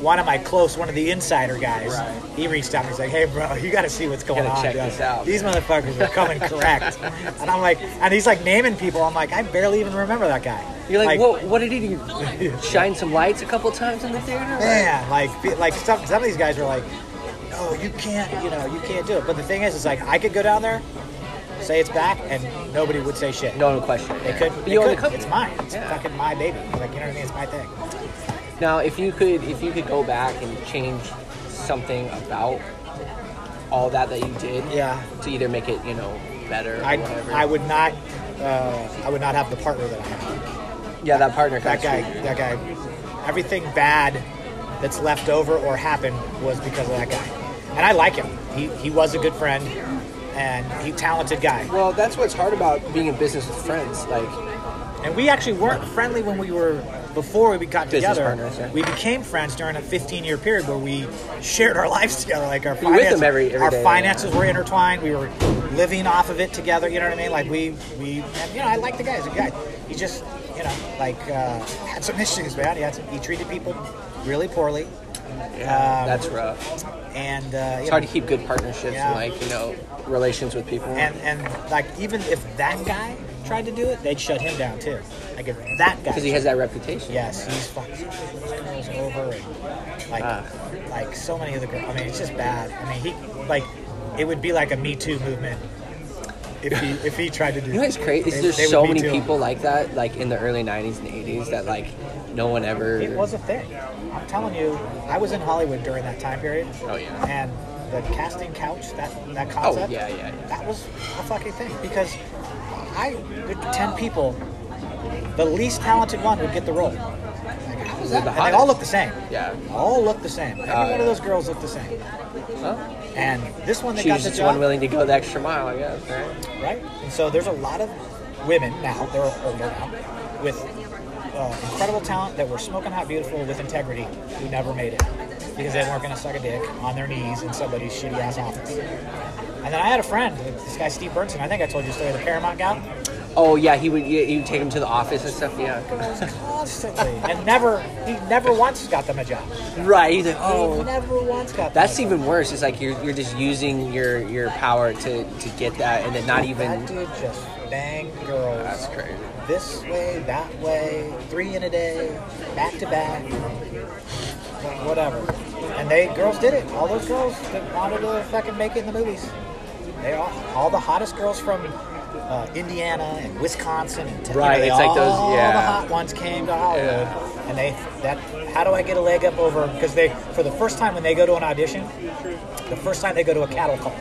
B: one of my close, one of the insider guys, he reached out and he's like, "Hey, bro, you got to see what's going
C: gotta
B: on.
C: check
B: dude.
C: this out."
B: These motherfuckers are coming correct." And I'm like, and he's like naming people. I'm like, I barely even remember that guy.
C: You're like, whoa, what did he do? Shine some lights a couple times in the theater? Like,
B: man, like be- like some some of these guys are like, no, oh, you can't, you know, you can't do it. But the thing is, is like I could go down there, say it's back, and nobody would say shit.
C: No one question. it.
B: They could.
C: But
B: They
C: you own the
B: could.
C: company.
B: It's mine. It's
C: Yeah.
B: fucking my baby. Like you know what I mean? It's my thing.
C: Now, if you could, if you could go back and change something about all that that you did,
B: Yeah.
C: to either make it, you know, better or
B: I,
C: whatever.
B: I would not uh, I would not have the partner that I have.
C: yeah, that partner.
B: That guy
C: kinda screwed you.
B: that guy everything bad that's left over or happened was because of that guy. And I like him. He he was a good friend and he talented guy.
C: Well, that's what's hard about being in business with friends. Like,
B: And we actually weren't friendly when we were before we got
C: Business
B: together.
C: partners, yeah.
B: We became friends during a 15 year period where we shared our lives together. Like our
C: You're with
B: finances,
C: them every- every
B: our
C: day,
B: finances were intertwined. We were living off of it together. You know what I mean? Like we we and, you know I like the guy. He's a guy. He just you know like uh, had some issues, man. He had some, he treated people really poorly. Yeah,
C: that's rough.
B: and uh, you
C: It's hard
B: know,
C: to keep good partnerships
B: Yeah.
C: and like you know relations with people.
B: And and like even if that guy tried to do it, they'd shut him down too. Like if that guy
C: because he has that reputation.
B: Yes, he's fucking girls over and like
C: Ah.
B: like so many of the girls. I mean, it's just bad. I mean, he like it would be like a Me Too movement if he if he tried to do.
C: You know what's crazy? Is
B: They-
C: there's
B: they would
C: so
B: Me
C: many
B: Too him.
C: people like that, like in the early '90s and '80s, that like no one ever.
B: It was a thing. I'm telling you, I was in Hollywood during that time period.
C: Oh, yeah. Oh,
B: And the casting couch, that that concept.
C: yeah, yeah, yeah.
B: That was a fucking thing because I with ten people, the least talented one would get the role. Like, how is
C: They're
B: that?
C: the
B: and they all
C: hottest.
B: look the same.
C: Yeah.
B: All look the same. Every
C: Oh,
B: one
C: yeah.
B: of those girls look the same.
C: Huh?
B: And this one that
C: She
B: got
C: was
B: the
C: just the one
B: job,
C: willing to go the extra mile, I guess. Right?
B: right? And so there's a lot of women now, they're older now, with uh, incredible talent that were smoking hot, beautiful, with integrity, who never made it because they weren't going to suck a dick on their knees in somebody's shitty ass office. And then I had a friend, this guy Steve Burnson. I think I told you the story, the Paramount guy.
C: Oh yeah, he would. He would take him to the office and stuff. Yeah.
B: Constantly, and never, he never once got them a job.
C: Right. He's like,
B: He
C: oh.
B: never once got. them a
C: That's
B: job.
C: even worse. It's like you're, you're just using your, your power to, to get that, and then not
B: That
C: even.
B: dude just banged girls.
C: That's crazy.
B: this way, that way, three in a day, back to back, wh- whatever. And they girls did it. All those girls that wanted to fucking make it in the movies. They all, all the hottest girls from uh, Indiana and Wisconsin and Te- you know,
C: Right,
B: they
C: it's like those-
B: all
C: yeah.
B: the hot ones came to Hollywood, and they that how do I get a leg up over because they for the first time when they go to an audition, the first time they go to a cattle call,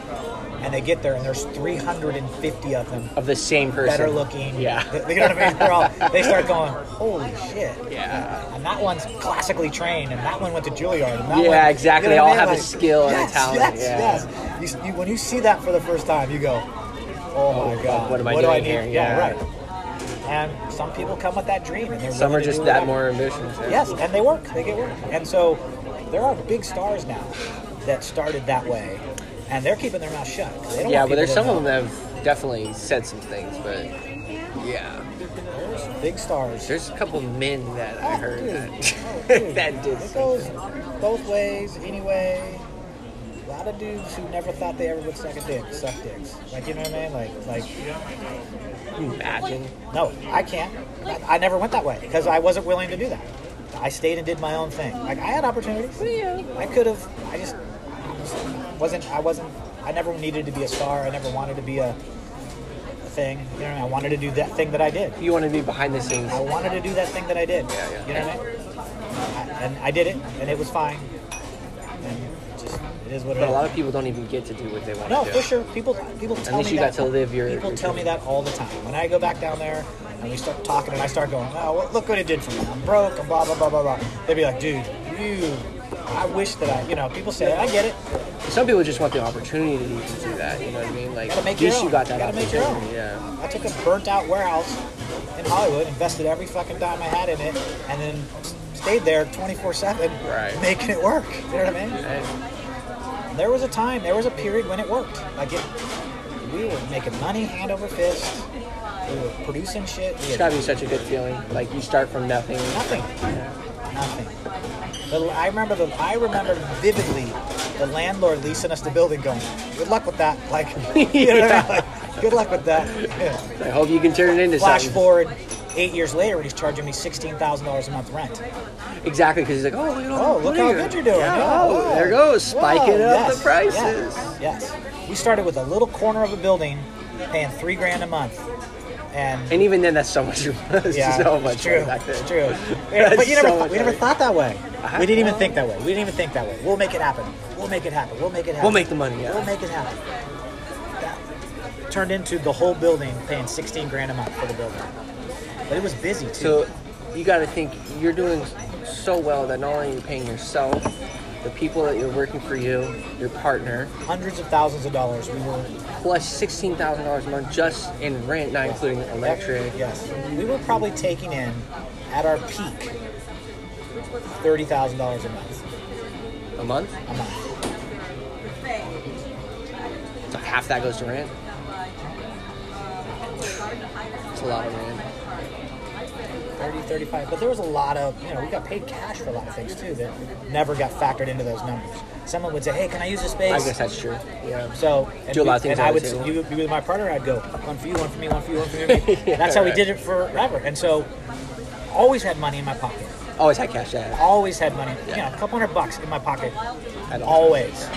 B: and they get there and there's 350 of them
C: of the same person.
B: better looking.
C: Yeah.
B: They, you know what I mean? They're all, they start going, holy shit.
C: Yeah.
B: And that one's classically trained, and that one went to Juilliard. And that
C: Yeah,
B: one,
C: exactly.
B: you know
C: They all
B: what I mean?
C: have a skill and a
B: yes,
C: talent,
B: Yes,
C: yeah.
B: yes. You, you, when you see that for the first time, you go, oh my God.
C: what am I
B: do
C: doing
B: need?
C: here?
B: Yeah,
C: Yeah.
B: right. And some people come with that dream. And they're
C: Some are
B: willing to
C: just
B: do whatever.
C: that more ambitious. yeah.
B: Yes, and they work. They get work. And so there are big stars now that started that way, and they're keeping their mouth shut. They don't
C: Yeah,
B: want people
C: but there's
B: to
C: some
B: know.
C: of them that have definitely said some things, but yeah.
B: There's big stars.
C: There's a couple men that I heard that,
B: Dude,
C: that did
B: It
C: something.
B: goes both ways, anyway. A lot of dudes who never thought they ever would suck a dick suck dicks. Like you know what I mean? Like like
C: Can you Imagine.
B: no, I can't. I, I never went that way because I wasn't willing to do that. I stayed and did my own thing. Like I had opportunities. I could have. I just wasn't. I wasn't. I never needed to be a star. I never wanted to be a, a thing. You know, I wanted to do that thing that I did.
C: You want to be behind the scenes.
B: I wanted to do that thing that I did.
C: Yeah, yeah.
B: You know what I mean? I, and I did it, and it was fine. And just, it is what it
C: But
B: is.
C: a lot of people don't even get to do what they want
B: no,
C: to do.
B: for sure. People, people tell
C: Unless
B: me
C: you
B: that.
C: got to live your-
B: people
C: your
B: tell me that all the time. When I go back down there and we start talking, and I start going, "Oh, well, look what it did for me. I'm broke, and blah blah blah blah blah." They'd be like, "Dude, you." I wish that I, you know, people say, "I get it."
C: Some people just want the opportunity to do that. You know what I mean? Like,
B: Gotta make
C: at
B: your
C: least you
B: own.
C: got that
B: Gotta make your
C: opportunity.
B: own.
C: Yeah.
B: I took a burnt out warehouse in Hollywood, invested every fucking dime I had in it, and then stayed there 24 7,
C: Right.
B: making it work. You know what I mean?
C: And
B: There was a time, there was a period when it worked. Like, it, we were making money hand over fist, we were producing shit, we
C: it's
B: had
C: gotta be such a good feeling. Like you start from nothing.
B: nothing. Nothing. The, I remember the I remember vividly the landlord leasing us the building going, Good luck with that. Like you know what I mean? Like, good luck with that. Yeah.
C: I hope you can turn it into
B: Flash
C: something.
B: forward eight years later, and he's charging me sixteen thousand dollars a month rent.
C: Exactly, because he's like, oh, look at all
B: Oh, look
C: the money
B: how
C: you're-
B: good you're doing!
C: Yeah,
B: Oh,
C: oh,
B: wow.
C: there goes spiking
B: Wow,
C: up the
B: yes,
C: prices.
B: Yes, yes, we started with a little corner of a building, paying three grand a month, and
C: And even then, that's so much. that's
B: yeah,
C: so much
B: it's true.
C: money back then.
B: It's true.
C: That's
B: but you never,
C: so
B: thought-
C: much Uh-huh.
B: we never
C: money.
B: thought that way.
C: I
B: We didn't even
C: know.
B: think that way. We didn't even think that way. We'll make it happen. We'll make it happen. We'll make it happen.
C: We'll make the money.
B: We'll
C: Yeah.
B: make it happen. That turned into the whole building paying sixteen grand a month for the building, but it was busy too.
C: So you got to think you're doing so well that not only you're paying yourself, the people that you're working for you, your partner,
B: hundreds of thousands of dollars. We were
C: plus sixteen thousand dollars a month just in rent, not including electric.
B: Yes, we were probably taking in at our peak thirty thousand dollars a month.
C: A month,
B: A month.
C: so half that goes to rent. It's a lot of rent.
B: 30, 35. But there was a lot of, you know, we got paid cash for a lot of things too that never got factored into those numbers. Someone would say, "Hey, can I use this space?"
C: I guess that's true. Yeah.
B: So and
C: Do a lot
B: we-
C: of things
B: And I
C: on
B: would,
C: the table.
B: you, would be with my partner. I'd go one for you, one for me, one for you, one for me.
C: Yeah,
B: That's how we
C: right.
B: did it forever. And so, always had money in my pocket.
C: Always had cash. Yeah.
B: always had money,
C: Yeah.
B: you know, a couple hundred bucks in my pocket,
C: At all
B: always,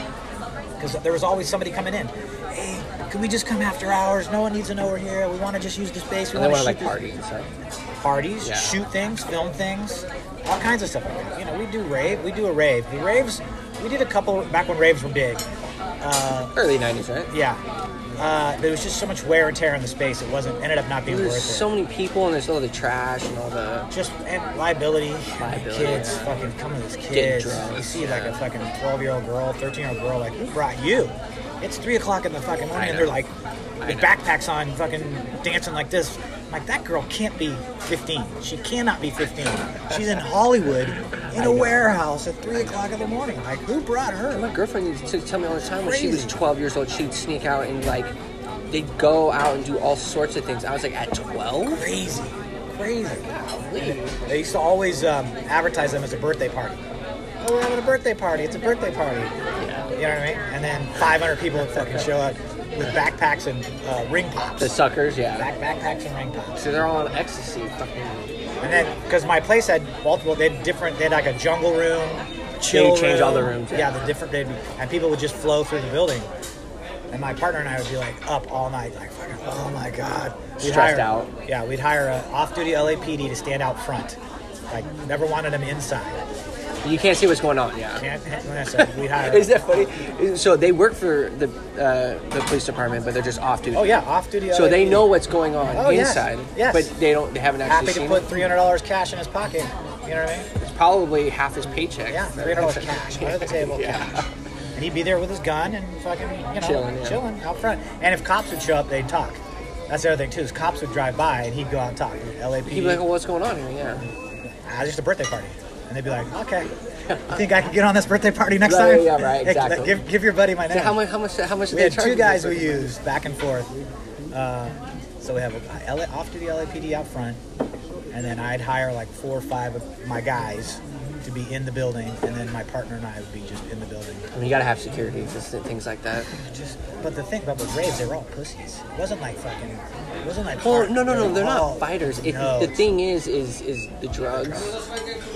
B: because there was always somebody coming in. Hey, can we just come after hours? No one needs to know we're here. We want to just use the space. We
C: And they want to
B: shoot
C: like
B: this-
C: party and stuff.
B: parties,
C: Yeah.
B: shoot things, film things, all kinds of stuff like that. You know, we do rave. We do a rave. The raves, we did a couple back when raves were big.
C: Early '90s, right?
B: Yeah, uh, there was just so much wear and tear in the space. It wasn't ended up not being worth
C: There's
B: it.
C: so many people, and there's all the trash and all the.
B: just and liability.
C: Liability,
B: Kids
C: yeah.
B: fucking coming as
C: Getting
B: kids.
C: drunk,
B: you see
C: yeah.
B: like a fucking twelve year old girl, thirteen year old girl, like who brought you? It's three o'clock in the fucking morning, and they're
C: know.
B: like
C: I
B: with
C: know.
B: backpacks on, fucking dancing like this. I'm like that girl can't be fifteen. She cannot be fifteen. She's in Hollywood in a warehouse at three o'clock in the morning. Like who brought her?
C: My girlfriend used to tell me all the time when she was
B: Crazy.
C: 12 years old, she'd sneak out and like, they'd go out and do all sorts of things. I was like, at 12?
B: Crazy, crazy.
C: Golly.
B: They used to always um, advertise them as a birthday party. Oh, we're having a birthday party. It's a birthday party. You know what I mean? And then 500 people would fucking show up with backpacks and uh, ring
C: The
B: pops.
C: suckers, yeah.
B: Back, backpacks and ring pops.
C: So they're all on ecstasy, fucking.
B: And then, because my place had multiple, they had different, they had like a jungle room, chill
C: They change
B: room.
C: all the rooms, yeah.
B: Yeah, the different, they'd be, and people would just flow through the building. And my partner and I would be like up all night, like fucking Oh my god.
C: Stressed out.
B: Yeah, we'd hire an off-duty LAPD to stand out front. Like never wanted him inside.
C: You can't see what's going on. Yeah.
B: Can't. when I said we'd hire.
C: Is that funny? So they work for the uh, the police department, but they're just off duty.
B: oh yeah, off-duty.
C: So they
B: LAPD.
C: know what's going on
B: Oh, yes.
C: inside,
B: Yes.
C: but they don't. They haven't actually
B: Happy to
C: seen
B: put
C: it.
B: three hundred dollars cash in his pocket. You know what I mean?
C: It's probably half his paycheck.
B: Yeah, three hundred dollars cash under the table.
C: yeah.
B: Cash. And he'd be there with his gun and fucking, you know,
C: Chilling, yeah.
B: chilling out front. And if cops would show up, they'd talk. That's the other thing too. Is cops would drive by and he'd go out and talk. LAPD.
C: He'd be like, "Oh, what's going on here?" Yeah.
B: ah, just a birthday party. And they'd be like, okay, you think I could get on this birthday party next
C: Right,
B: time?
C: yeah, right,
B: Hey,
C: exactly.
B: give, give your buddy my name.
C: So how much? How much? How much did
B: we
C: they
B: had
C: charge
B: two
C: you for
B: guys we
C: birthday?
B: used back and forth. Uh, so we have a L- off duty LAPD out front, and then I'd hire like four or five of my guys to be in the building, and then my partner and I would be just in the building.
C: I mean, you gotta have security, just things like that.
B: Just, but the thing about the Braves, they were all pussies. It wasn't like fucking. It wasn't like.
C: Well,
B: hard.
C: no, no,
B: They
C: no,
B: were
C: they're
B: all-
C: not fighters. It,
B: No.
C: The thing is, is is the drugs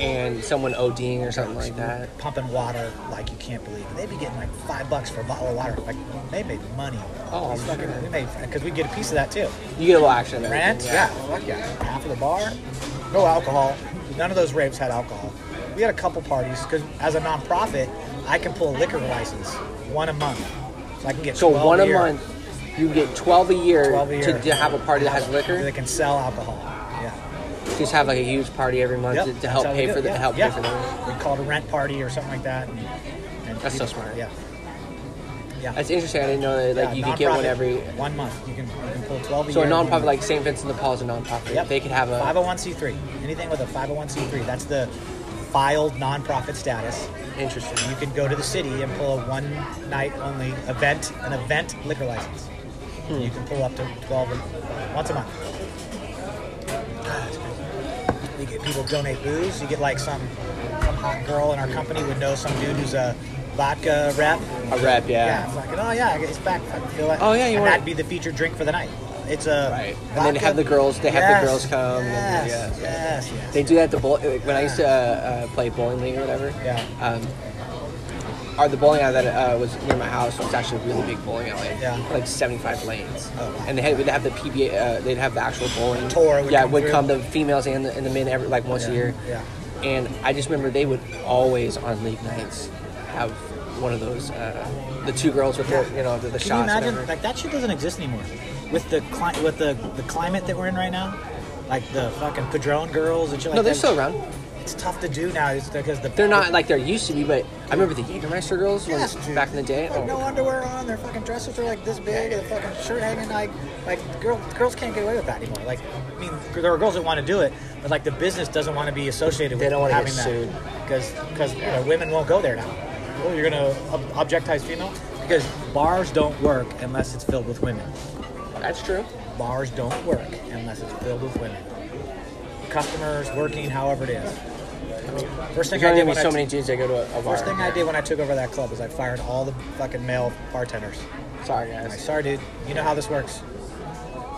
C: and someone ODing or something like that.
B: pumping water like you can't believe. And they'd be getting like five bucks for a bottle of water. Like they made money.
C: Oh, I'm
B: We fucking-
C: sure.
B: we made because we get a piece of that too.
C: You get a little action. and
B: Rent,
C: everything,
B: yeah. fuck yeah. Half of the bar, no alcohol. None of those raves had alcohol. We had a couple parties because as a nonprofit, I can pull a liquor license one a month, so I can get
C: So
B: 12
C: one a
B: year.
C: month, you get twelve a year,
B: 12 a year.
C: To, to have a party that has
B: So they
C: liquor.
B: can sell alcohol. Yeah.
C: Just have like a huge party every month
B: Yep,
C: to, to
B: that's
C: help
B: how we
C: pay
B: do
C: for
B: it,
C: the
B: yeah.
C: to help
B: yeah.
C: pay for the.
B: We called a rent party or something like that. And, and
C: That's so smart.
B: Yeah. Yeah.
C: That's interesting. I didn't know that like
B: Yeah,
C: you could get one
B: nonprofit,
C: every.
B: one month. You can, you can pull twelve.
C: So a
B: year, one
C: nonprofit
B: month.
C: like St. Vincent de Paul is a nonprofit.
B: Yep.
C: They could have a.
B: 501c3. Anything with a 501c3. That's the filed nonprofit status.
C: Interesting.
B: You can go to the city and pull a one night only event, an event liquor license.
C: Hmm.
B: And You can pull up to 12 or- once a month. God, it's crazy. You get people donate booze. You get like some, some hot girl in our company would know some dude who's a vodka rep.
C: A
B: Yeah,
C: rep, yeah.
B: it's like, oh yeah, it's back. I can feel that.
C: Oh, yeah, you
B: and
C: want-
B: that'd be the featured drink for the night. It's a
C: Right. And then they have the girls- they have the girls come and-
B: Yes,
C: yeah.
B: yes, yes.
C: They do that at the bowl. Like, when I used to uh, uh, play bowling league or whatever.
B: Yeah.
C: Um, or the bowling alley that uh, was near my house was actually a really big bowling alley.
B: Yeah.
C: Like 75 lanes.
B: Oh, wow.
C: And they had, they'd have the PBA. Uh, they'd have the actual bowling
B: Tour would
C: yeah,
B: come
C: would
B: through.
C: come the females and the, and the men every like once
B: Yeah,
C: a year.
B: yeah.
C: And I just remember they would always on league nights have one of those. Uh, the two girls with the you know the, the
B: Can you
C: shots.
B: imagine?
C: whatever.
B: Like that shit doesn't exist anymore. With the cli- with the the climate that we're in right now, like the fucking padrone girls and shit. Like
C: no, they're
B: that,
C: still around.
B: It's tough to do now it's because the
C: They're not like they're used to be, but I remember the Jägermeister girls
B: Yes,
C: when,
B: dude.
C: back in the day. Oh,
B: Like, no underwear on. Their fucking dresses are like this big. and Their fucking shirt hanging like like girl, girls can't get away with that anymore. Like I mean, there are girls that want to do it, but like the business doesn't want to be associated with
C: They don't wanna
B: having
C: get sued.
B: that because because you know, women won't go there now. Oh, you're gonna ob- objectize female because bars don't work unless it's filled with women.
C: That's true.
B: Bars don't work unless it's filled with women. Customers working, however it is. First thing
C: There's
B: I
C: only
B: did
C: gonna
B: when
C: be
B: I
C: so
B: t-
C: many dudes that go to a, a bar.
B: First thing I did when I took over that club was I fired all the fucking male bartenders.
C: Sorry,
B: I'm like,
C: guys.
B: sorry, dude. You know how this works.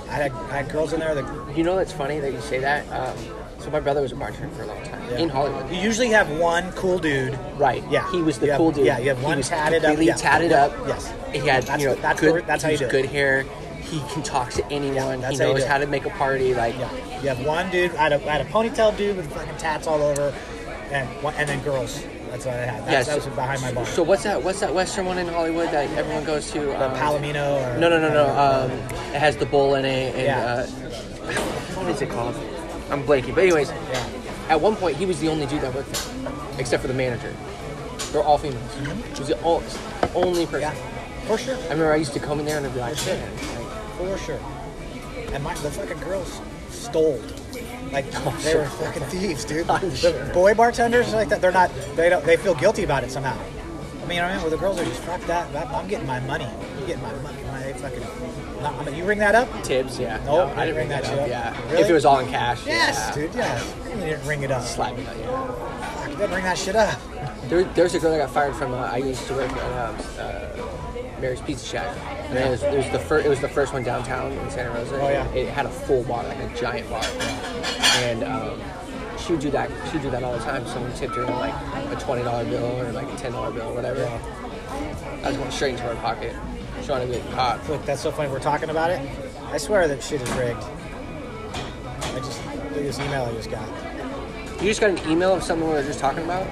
B: I had I had girls in there that
C: You know that's funny that you say that. Um, so my brother was a bartender for a long time
B: yeah.
C: in Hollywood.
B: You usually have one cool dude.
C: Right.
B: Yeah.
C: He was the
B: You have-
C: cool dude.
B: yeah, you have
C: He
B: one
C: was
B: tatted up-
C: completely
B: yeah.
C: tatted
B: Yeah,
C: up.
B: yes.
C: He had
B: That's
C: you know
B: what- that's
C: good.
B: where- that's how
C: he
B: you
C: was
B: do it.
C: good hair. He can talk to anyone.
B: that's
C: he
B: how you
C: knows
B: do it.
C: how to make a party. Like
B: Yeah. You have one dude. I had a, I had a ponytail dude with fucking tats all over, and one, and then girls. That's what I had. That's,
C: Yeah,
B: that was behind my bar.
C: So what's that? What's that Western one in Hollywood that everyone goes to?
B: the
C: um,
B: Palomino or
C: No, no, no, no. Um, it has the bowl in it, and
B: Yeah.
C: uh, what is it called? I'm blanking. But anyways,
B: yeah.
C: at one point he was the only dude that worked there, except for the manager. They're all females. He was the o- only person.
B: Yeah. For sure.
C: I remember I used to come in there and I'd be like,
B: For sure.
C: "Man, like,
B: For sure. And my, the fucking girls stole. Like
C: Oh,
B: they were fucking thieves, dude.
C: I'm
B: the
C: sure.
B: boy bartenders like that, they're not. They don't. They feel guilty about it somehow. I mean, you know what I mean? Well, the girls are just fuck that. I'm- I'm getting my money. I'm getting my money. My fucking. Not, I mean, you ring that up?
C: Tips, yeah.
B: Nope,
C: I didn't bring that up. Yeah.
B: Really?
C: If it was all in cash.
B: Yes,
C: yeah.
B: dude. Yes. You didn't ring it up.
C: Slap it. Yeah.
B: Fuck, you didn't ring that shit up.
C: There, there's a girl that got fired from. Uh, I used to work at um, uh, Mary's Pizza Shack. And it was, it was the first. It was the first one downtown in Santa Rosa.
B: Oh, yeah.
C: It had a full bar, like a giant bar. And um, she would do that. She would do that all the time. Someone tipped her like a twenty dollar bill or like a ten dollar bill, or whatever.
B: Yeah.
C: I was going straight into her pocket. She wanted to get caught.
B: Look, that's so funny. We're talking about it. I swear that shit is rigged. I just look at this email I just got.
C: You just got an email of something we were just talking about?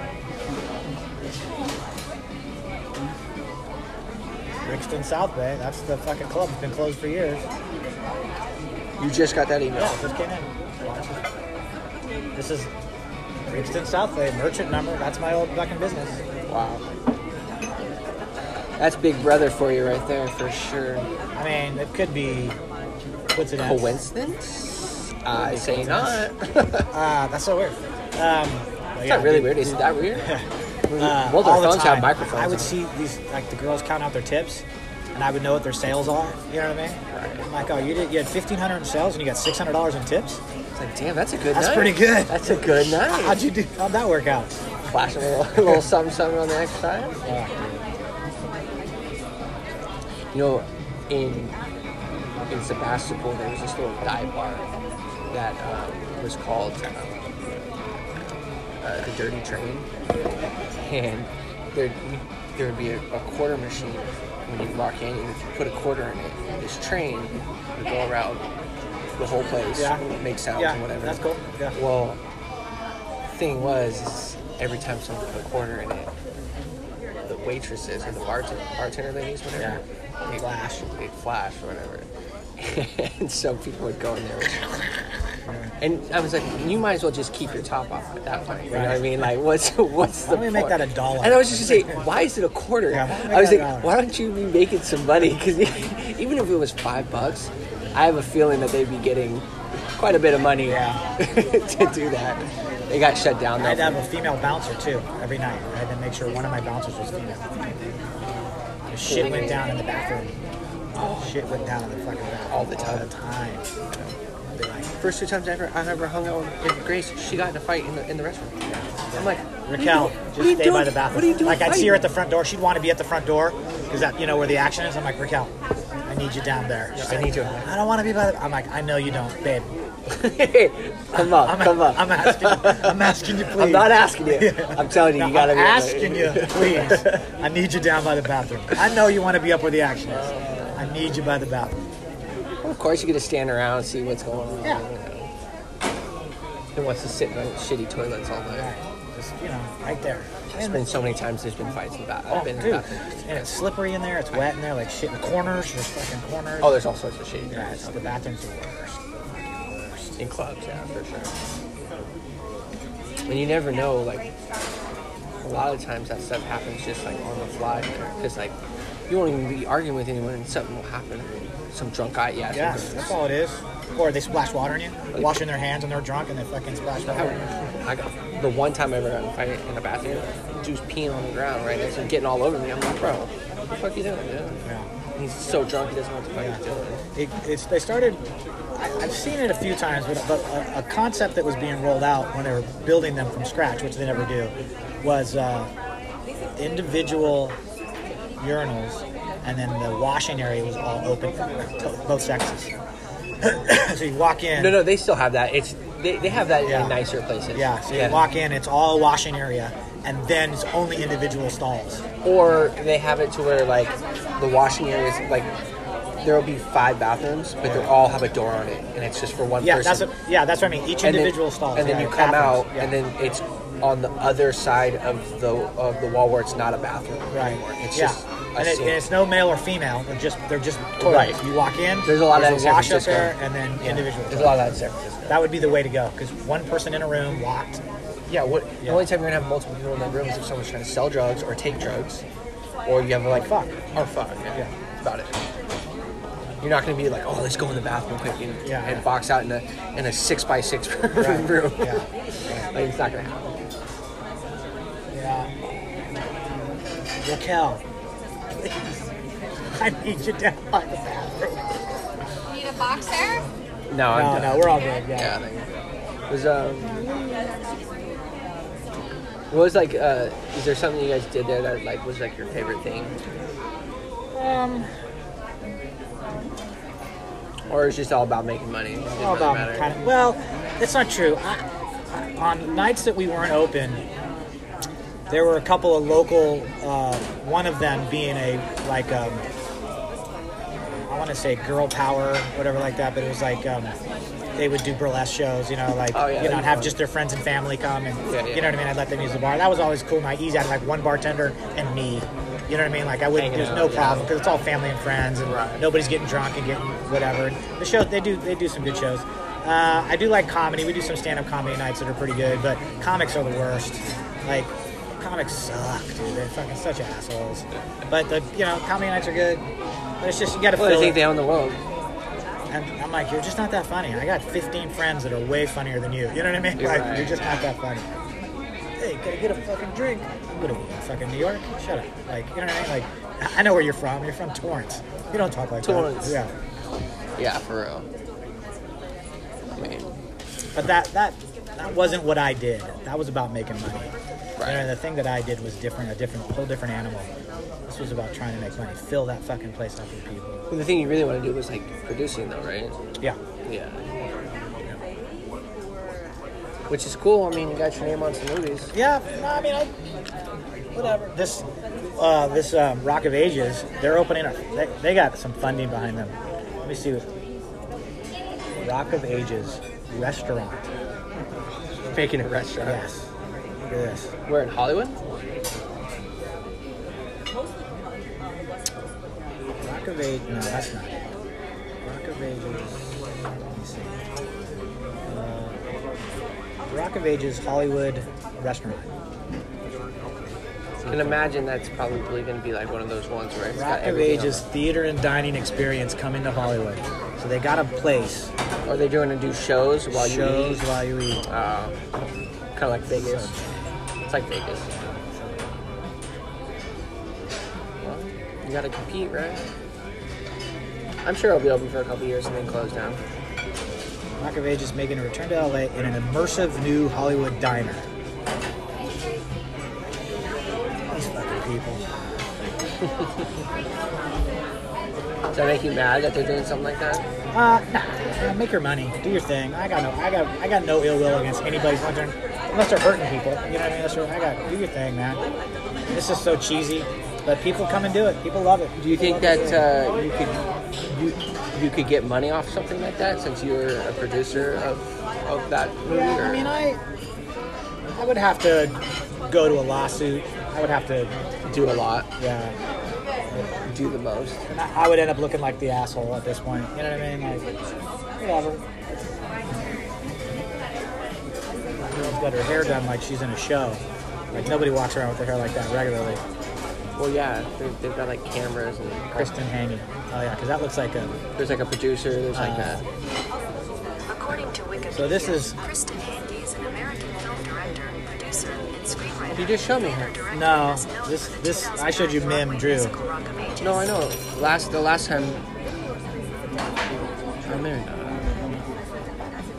B: Brixton South Bay. That's the fucking club. It's been closed for years.
C: You just got that email.
B: Yeah, Oh, it just came in. This is Brixton South Bay merchant number. That's my old fucking business.
C: Wow. That's Big Brother for you right there, for sure.
B: I mean, it could be
C: Oh,
B: coincidence.
C: Coincidence? I say Uh, not.
B: Coincidence. Uh, that's so weird. Um,
C: It's not really weird. Is it that weird?
B: Uh,
C: Well, their
B: all the
C: phones have
B: time.
C: microphones
B: I would
C: on.
B: see these like the girls count out their tips, and I would know what their sales are. You know what I mean?
C: Right.
B: I'm like, oh, you did you had fifteen hundred in sales and you got six hundred dollars in tips.
C: It's like, damn, that's a good
B: That's
C: night.
B: pretty good.
C: That's a good night.
B: How'd you do? How'd that work out?
C: flash a little, a little something, something on the next side? You know, in in Sebastopol, there was this little dive bar that um, was called um, uh, the Dirty Train, and there there would be a, a quarter machine when you walk in, and if you put a quarter in it, this train would go around the whole place,
B: Yeah.
C: make sounds
B: yeah,
C: and whatever.
B: that's cool. Yeah.
C: Well, thing was, is every time someone put a quarter in it, the waitresses or the bartender, bartender ladies, whatever,
B: Yeah.
C: they'd
B: Flash.
C: they'd flash or whatever. and so people would go in there. With, and I was like, you might as well just keep your top off at that point. You know what I
B: Right.
C: mean? Like, what's what's the
B: don't we make
C: point?
B: that a dollar?
C: And I was just gonna say, why is it a quarter?
B: Yeah, why don't we
C: I was
B: make
C: like,
B: that a dollar?
C: why don't you be making some money? Because even if it was five bucks, I have a feeling that they'd be getting quite a bit of money
B: Yeah.
C: to do that. They got shut down
B: I had to
C: though.
B: have a female bouncer too every night. I had to make sure one of my bouncers was female. 'Cause Shit went down in the bathroom. Shit went down in the fucking bathroom
C: All the time.
B: All the time. I'd be like,
C: First two times I ever I ever hung out with Grace, she got in a fight in the in the restaurant. I'm like,
B: Raquel,
C: what are you- what are
B: just stay
C: you
B: by
C: doing-
B: the bathroom.
C: What are you doing?
B: like I'd see
C: fighting?
B: her at the front door. She'd want to be at the front door because that you know where the action is. I'm like Raquel, I need you down there. She's
C: I
B: like,
C: need you.
B: I don't want to be by the. I'm like I know you don't, babe.
C: come on,
B: I'm,
C: come on.
B: I'm asking. I'm asking you, please.
C: I'm not asking you. I'm telling you,
B: No,
C: you gotta
B: I'm
C: be able
B: asking
C: to-
B: you, please. I need you down by the bathroom. I know you want to be up where the action is. I need you by the bathroom.
C: Of course, you get to stand around and see what's going on.
B: Yeah.
C: And wants to sit in those shitty toilets all
B: All
C: day.
B: right, just you know, right there.
C: It's been so many times there's been fights in the bathroom.
B: Oh,
C: I've been
B: dude,
C: in the bathroom.
B: and it's slippery in there. It's wet in there, like shit in the corners. There's fucking corners.
C: Oh, there's all sorts of shitty
B: Yeah,
C: guys
B: it's, the bathroom's the worst. Fucking worst.
C: in clubs, yeah, for sure. And you never know, like, a lot of times that stuff happens just like on the fly there. Because, like, you won't even be arguing with anyone and something will happen. Some drunk guy, yeah.
B: Yeah,
C: some-
B: that's all it is. Or they splash water on you, washing their hands and they're drunk and they fucking splash water. on you.
C: I got the one time I ever got in a fight in the bathroom, dude's peeing on the ground right next to me, getting all over me. I'm like, bro, what the fuck you doing, dude?
B: Yeah.
C: And he's so drunk he doesn't know what the fuck he's doing.
B: It, it's, they started, I, I've seen it a few times, but, but a, a concept that was being rolled out when they were building them from scratch, which they never do, was uh, individual urinals and then the washing area was all open for to- both sexes. so you walk in.
C: No, no, they still have that. It's they, they have that
B: Yeah.
C: in nicer places.
B: Yeah, so you walk in, it's all washing area, and then it's only individual stalls.
C: Or they have it to where like the washing areas like there will be five bathrooms, but they all have a door on it, and it's just for one
B: Yeah, that's
C: person.
B: what, yeah, that's what I mean. Each individual
C: then,
B: stall.
C: And then
B: yeah,
C: you come out,
B: bathrooms, yeah.
C: and then it's on the other side of the of the wall where it's not a bathroom anymore.
B: right,
C: It's
B: yeah,
C: just a
B: and, it,
C: sink.
B: and it's no male or female. They're just they're just toilets.
C: Right.
B: You walk in,
C: There's a lot of that in
B: there's
C: San
B: wash up
C: Francisco.
B: there, and then individual.
C: There's a lot of that in San Francisco.
B: That would be the way to go because one person in a room locked.
C: Yeah, what
B: Yeah.
C: the only time you're gonna have multiple people in that room is if someone's trying to sell drugs or take drugs, or you have like
B: Oh, Fuck.
C: or fuck. Yeah,
B: Yeah.
C: That's about it. You're not gonna be like, oh, let's go in the bathroom quick and,
B: Yeah,
C: and
B: yeah.
C: box out in a in a six by six
B: Right.
C: room.
B: Yeah,
C: Like, it's not gonna happen.
B: yeah. Raquel, please, I need you down by the bathroom.
D: Need a boxer?
C: No, I'm
B: No,
C: done.
B: no, we're all good. Yeah.
C: Yeah, like, it was um. What was like? Uh, is there something you guys did there that like was like your favorite thing? Um. Or it's just all about making money. It didn't
B: All
C: really
B: about
C: matter.
B: kind of- well, that's not true. I, I- on nights that we weren't open, there were a couple of local. Uh, one of them being a like um, I I want to say girl power, whatever like that, but it was like um, they would do burlesque shows, you know, like
C: Oh,
B: you know,
C: yeah, that'd
B: and
C: be
B: have
C: fun.
B: just their friends and family come, and
C: Yeah, yeah.
B: you know what I mean. I'd let them use the bar. That was always cool. My ease had like one bartender and me. You know what I mean? Like I wouldn't.
C: Hanging
B: There's
C: out,
B: no
C: yeah.
B: problem because it's all family and friends, and
C: Right.
B: nobody's getting drunk and getting whatever. The show they do they do some good shows. Uh, I do like comedy. We do some stand up comedy nights that are pretty good, but comics are the worst. Like comics suck, dude. They're fucking such assholes. But the you know comedy nights are good. But it's just you got to
C: Well, they
B: fill
C: think
B: it.
C: they own the world.
B: And I'm like, you're just not that funny. I got 15 friends that are way funnier than you. You know what I mean?
C: You're
B: like,
C: right.
B: you're just not that funny. Hey, gotta get a fucking drink. What are we in fucking New York? Shut up. Like, you know what I mean? Like, I- I know where you're from. You're from Torrance. You don't talk like
C: Torrance.
B: that. Yeah.
C: Yeah, for real. I mean,
B: But that that that wasn't what I did. That was about making money.
C: Right.
B: You know, the thing that I did was different, a different, whole different animal. This was about trying to make money, fill that fucking place up with people.
C: the thing you really want to do is like producing, though, right?
B: Yeah.
C: Yeah. Which is cool. I mean, you got your name on some movies.
B: Yeah, no, I mean, I, whatever. This, uh, this um, Rock of Ages, they're opening up. They, they got some funding behind them. Let me see. Rock of Ages restaurant.
C: Making a restaurant.
B: Yes. Look at this.
C: We're in Hollywood.
B: Rock of Ages. No, that's not it. Rock of Ages. Let me see. Uh, Rock of Ages Hollywood restaurant.
C: I can imagine that's probably going to be like one of those ones where it's got
B: Rock of
C: everything
B: Ages theater and dining experience coming to Hollywood. So they got a place.
C: on. Are they doing to do shows while you
B: shows
C: eat?
B: while you eat.
C: Uh, kind of like Vegas. It's like Vegas. Well, you got to compete, right? I'm sure it'll be open for a couple years and then close down.
B: Rock of Ages making a return to LA in an immersive new Hollywood diner. These fucking people.
C: Does that make you mad that they're doing something like that?
B: Uh, nah, uh, make your money, do your thing. I got no, I got, I got no ill will against anybody's wondering, unless they're hurting people. You know what I mean? That's what I got. Do your thing, man. This is so cheesy, but people come and do it. People love it.
C: Do you think that uh, you could you you could get money off something like that since you're a producer of of that movie?
B: Yeah,
C: or-
B: I mean, I, I would have to go to a lawsuit. I would have to,
C: do a lot,
B: yeah.
C: do the most.
B: And I I would end up looking like the asshole at this point. You know what I mean? Like, whatever. She's got her hair done like she's in a show. Like nobody walks around with their hair like that regularly.
C: Well, yeah, they- they've got like cameras and
B: Kristen Haney. Oh yeah, because that looks like a.
C: there's like a producer, there's like
B: Uh,
C: a
E: According to Wikipedia,
B: So this is-
E: Kristen Hanke is an American film director, producer, and screenwriter.
C: You just showed me her.
E: Director
B: No,
E: is known
B: this-
E: for the
B: this- I showed you
E: 2009
B: Mim Drew.
E: musical Rock of Ages.
C: No, I know. Last the last time. I'm married.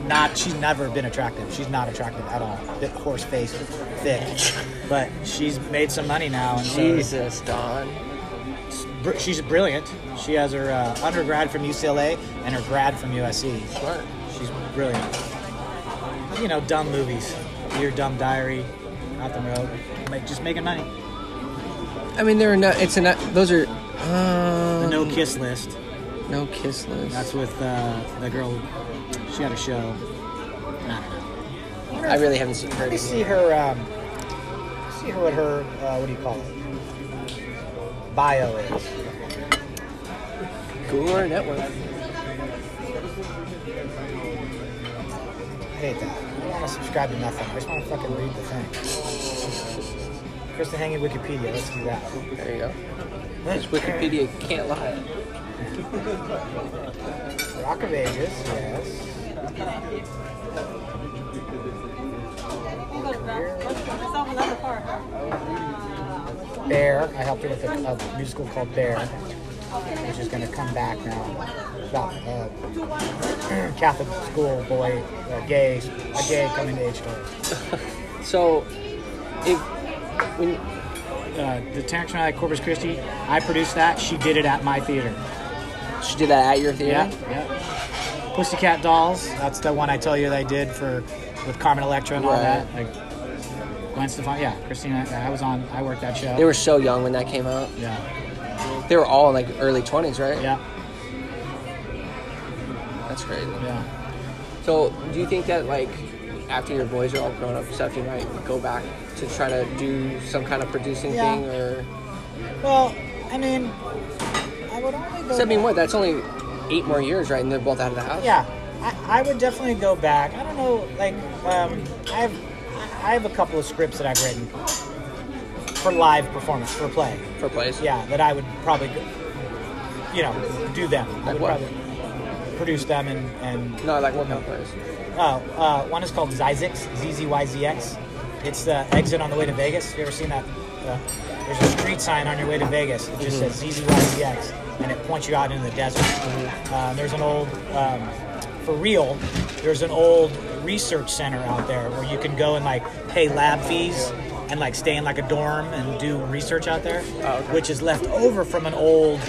B: Not. She's never been attractive. She's not attractive at all. Bit horse face, thick. But she's made some money now, and so
C: Jesus, Don.
B: br- she's brilliant. She has her uh, undergrad from UCLA and her grad from USC.
C: What?
B: She's brilliant. You know, dumb movies. Your Dumb Diary, Out the Road. Make, just making money.
C: I mean, there are no. It's an. Those are.
B: The
C: Um,
B: No Kiss List.
C: no kiss list.
B: That's with uh, the girl. She had a show. I don't know.
C: I really haven't seen her.
B: Let me see her. Um, see her. What her? Uh, what do you call it? Bio is.
C: Google or network.
B: I hate that. I don't want to subscribe to nothing. I just want to fucking read the thing. Kristen Hanging Wikipedia. Let's do that.
C: There you go. Because Wikipedia can't lie.
B: Rock of Ages, yes. Bear, I helped her with a, a musical called Bear, which is going to come back now. About uh, Catholic school boy, uh, gay, a gay coming to age story.
C: So, if when
B: Uh, the Tax Night at Corpus Christi, I produced that. She did it at my theater.
C: she did that at your theater,
B: Yeah, yeah. Pussycat Dolls. That's the one I tell you that I did for with Carmen Electra and all
C: Right.
B: that. Like Gwen Stefani. Yeah, Christina. I was on. I worked that show.
C: they were so young when that came out.
B: Yeah,
C: They were all in like early twenties, right?
B: yeah.
C: That's crazy.
B: Yeah.
C: So, do you think that like after your boys are all grown up and stuff, you might go back to try to do some kind of producing
B: Yeah.
C: thing, or?
B: Well, I mean, I would only go.
C: So, I mean,
B: back-
C: what? That's only eight more years, right? And they're both out of the house.
B: Yeah, I, I would definitely go back. I don't know, like um, I have I have a couple of scripts that I've written for live performance for play.
C: For plays.
B: Yeah, that I would probably, go- you know, do them. I
C: Like
B: would
C: what?
B: probably produce them and and
C: No, like what kind of plays?
B: Oh, uh, one is called Zyzix, Z Z Y Z X. It's the exit on the way to Vegas. You ever seen that? Uh, there's a street sign on your way to Vegas. It just says Z Z Y Z X, and it points you out into the desert. Uh, there's an old, um, for real, there's an old research center out there where you can go and like pay lab fees and like stay in like a dorm and do research out there, which is left over from an old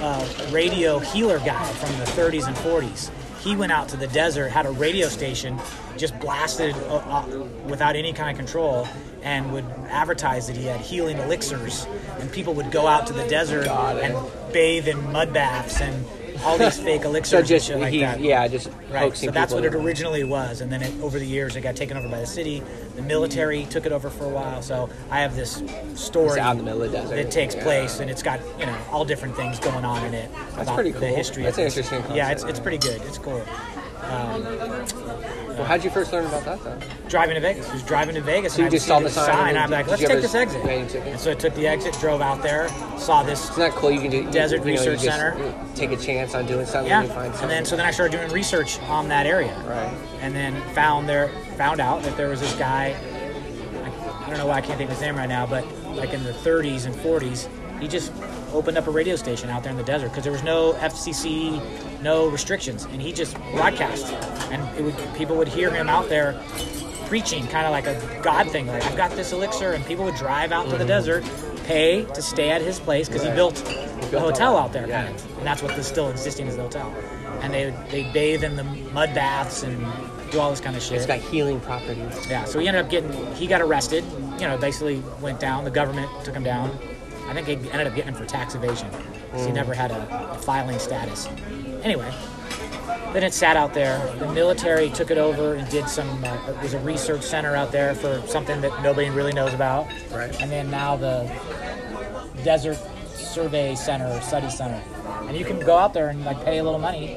B: uh, radio healer guy from the 30s and 40s. He went out to the desert, had a radio station, just blasted uh, uh, without any kind of control, and would advertise that he had healing elixirs. And people would go out to the desert and bathe in mud baths and all these fake elixirs
C: So
B: and
C: just
B: shit like
C: he,
B: that.
C: yeah, just
B: Right,
C: hoaxing
B: so that's what
C: people.
B: it originally was, and then it, over the years it got taken over by the city. The military took it over for a while, so I have this story
C: It's out in the middle of the desert.
B: that takes
C: Yeah.
B: place, and it's got you know all different things going on in it. That's
C: pretty
B: The
C: cool.
B: history.
C: That's
B: of
C: an
B: this.
C: interesting
B: Yeah,
C: concept.
B: it's, it's pretty good. It's cool.
C: Well, how'd you first learn about that though?
B: Driving to Vegas, just driving to Vegas.
C: So you
B: and I
C: just
B: see
C: saw the sign and
B: sign. and
C: then
B: I'm like,
C: did
B: let's
C: you
B: take
C: ever-
B: this exit.
C: yeah, you took it.
B: And so I took the exit, drove out there, saw this
C: Isn't that cool? You can do
B: Desert
C: you know, you
B: Research
C: just
B: Center.
C: Take a chance on doing something.
B: Yeah,
C: And you find something.
B: and then so then I started doing research on that area,
C: Right.
B: And then found there, found out that there was this guy. I, I don't know why I can't think of his name right now, but like in the 30s and 40s, he just opened up a radio station out there in the desert because there was no FCC, no restrictions, and he just broadcast, and it would, people would hear him out there preaching, kind of like a God thing, like I've got this elixir, and people would drive out to the desert, pay to stay at his place because he
C: Mm-hmm. Right.
B: built. a
C: built all
B: hotel
C: that.
B: out there,
C: Yeah.
B: kind of and that's what is still existing as the hotel. And they they bathe in the mud baths and do all this kind of shit.
C: it's got healing properties.
B: yeah, so he ended up getting he got arrested. You know, basically went down. The government took him down. I think he ended up getting him for tax evasion because he never had a, a filing status. Anyway, then it sat out there. The military took it over and did some. Uh, it was a research center out there for something that nobody really knows about.
C: Right.
B: And then now the desert survey center or study center and you can go out there and like pay a little money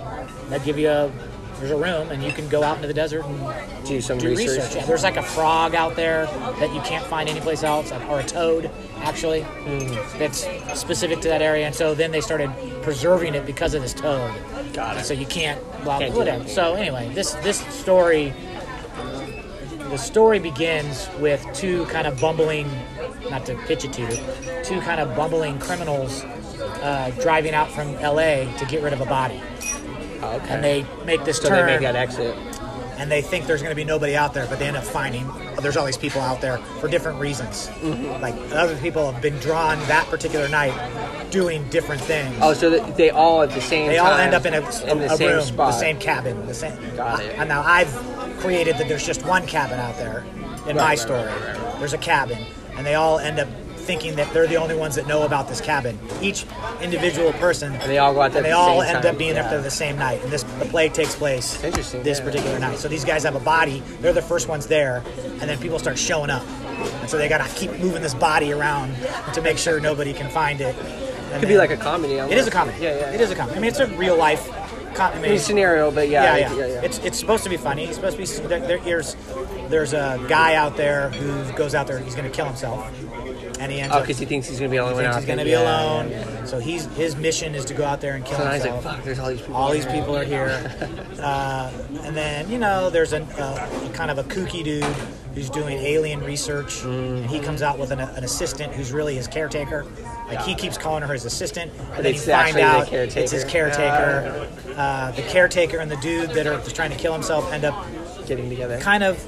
B: they give you a there's a room and you can go out into the desert and
C: Do some
B: do research, Yeah, there's like a frog out there that you can't find anyplace else or a toad actually
C: Mm-hmm.
B: that's specific to that area and so then they started preserving it because of this toad
C: Got it.
B: so you can't blah
C: Can't
B: blah
C: do
B: whatever
C: that.
B: so anyway this this story the story begins with two kind of bumbling, not to pitch it to you, two kind of bumbling criminals uh, driving out from LA to get rid of a body.
C: Oh, okay.
B: And they make this
C: so
B: turn
C: they make that exit.
B: and they think there's going to be nobody out there, but they end up finding oh, there's all these people out there for different reasons. Like other people have been drawn that particular night doing different things.
C: Oh, so they, they all at the same.
B: They
C: time,
B: all end up in a,
C: in the
B: a
C: same
B: room,
C: spot.
B: the same cabin, the same. Uh,
C: Got it.
B: And now I've created that there's just one cabin out there in my
C: right,
B: story.
C: right, right, right.
B: There's a cabin, and they all end up thinking that they're the only ones that know about this cabin. Each individual person. And
C: they all go out there
B: And they
C: at the
B: all
C: same
B: end
C: time,
B: up being up
C: yeah.
B: there the same night. And this the play takes place.
C: interesting,
B: This
C: yeah.
B: particular night. So these guys have a body. They're the first ones there, and then people start showing up. And so they gotta keep moving this body around to make sure nobody can find it.
C: It could be like a comedy.
B: It is a comedy.
C: Yeah, yeah.
B: It is a comedy. I mean, it's a real life comedy.
C: It's a scenario, but yeah,
B: Yeah,
C: it-
B: yeah. It's it's supposed to be funny. It's supposed to be there, there- there's there's a guy out there who goes out there. He's going to kill himself, and he ends
C: oh,
B: up.
C: because he thinks he's gonna be the only one
B: thinks
C: out
B: he's going to
C: there.
B: be
C: Yeah,
B: alone.
C: yeah, yeah.
B: So he's his mission is to go out there and kill
C: So now he's
B: himself.
C: like, fuck. There's all these people.
B: All
C: out
B: these
C: there."
B: people are here. Uh, and then, you know, there's an, uh, kind of a kooky dude who's doing alien research, and he comes out with an, an assistant who's really his caretaker. Like, he keeps calling her his assistant, and then you
C: it's
B: find
C: actually the
B: out
C: caretaker.
B: it's his caretaker. Uh, the caretaker and the dude that are just trying to kill himself end up
C: getting together.
B: kind of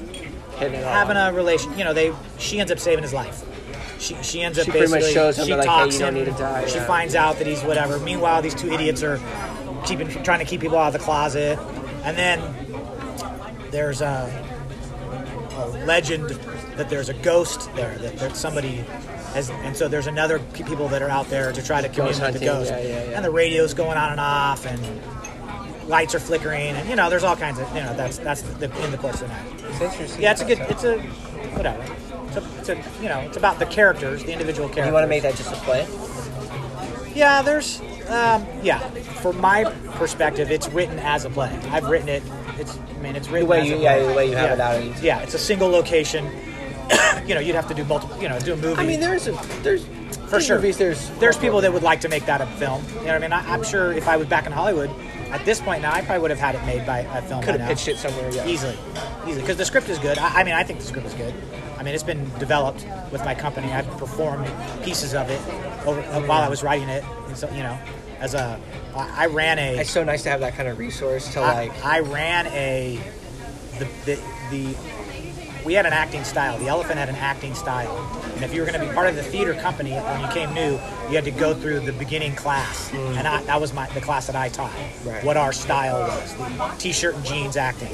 C: Hitting it off.
B: having a relation. You know, they she ends up saving his life. She, she ends up
C: She pretty
B: basically
C: much shows him
B: she
C: that, like, hey,
B: talks
C: you don't
B: him.
C: need to die,
B: She
C: yeah.
B: finds out that he's whatever. Meanwhile, these two idiots are keeping trying to keep people out of the closet. And then there's a, a legend that there's a ghost there that, that somebody has, and so there's another pe- people that are out there to try to
C: Ghost
B: communicate with the
C: hunting,
B: ghost.
C: yeah, yeah, yeah.
B: And the radio's going on and off, and lights are flickering, and you know, there's all kinds of you know, that's that's the, in the course of the night.
C: It's interesting.
B: Yeah, it's a good,
C: concept.
B: it's a whatever. It's a, it's a you know, it's about the characters, the individual characters.
F: You want to make that just a play?
B: Yeah, there's. Um, yeah, from my perspective, it's written as a play. I've written it. It's. I mean, it's written.
F: way
B: as
F: you-
B: a
F: yeah,
B: play.
F: the way you have it
B: Yeah.
F: out in-
B: Yeah, it's a single location. you know, you'd have to do multiple. You know, do a movie.
F: I mean, there's a there's
B: for
F: there's
B: sure.
F: movies, there's
B: there's people that would like to make that a film. You know, what I mean, I, I'm sure if I was back in Hollywood at this point now, I probably would have had it made by a film.
C: Could
B: by
C: have
B: now.
C: pitched it somewhere. Yeah.
B: easily, easily because the script is good. I, I mean, I think the script is good. I mean, it's been developed with my company. I've performed pieces of it over, uh, while I was writing it, and so you know, as a I I ran a
C: It's so nice to have that kind of resource to
B: I-
C: like.
B: I ran a the, the the we had an acting style. The elephant had an acting style, and if you were going to be part of the theater company when you came new, you had to go through the beginning class,
F: Mm.
B: and I, that was my the class that I taught.
C: Right.
B: What our style was: the t-shirt and jeans acting.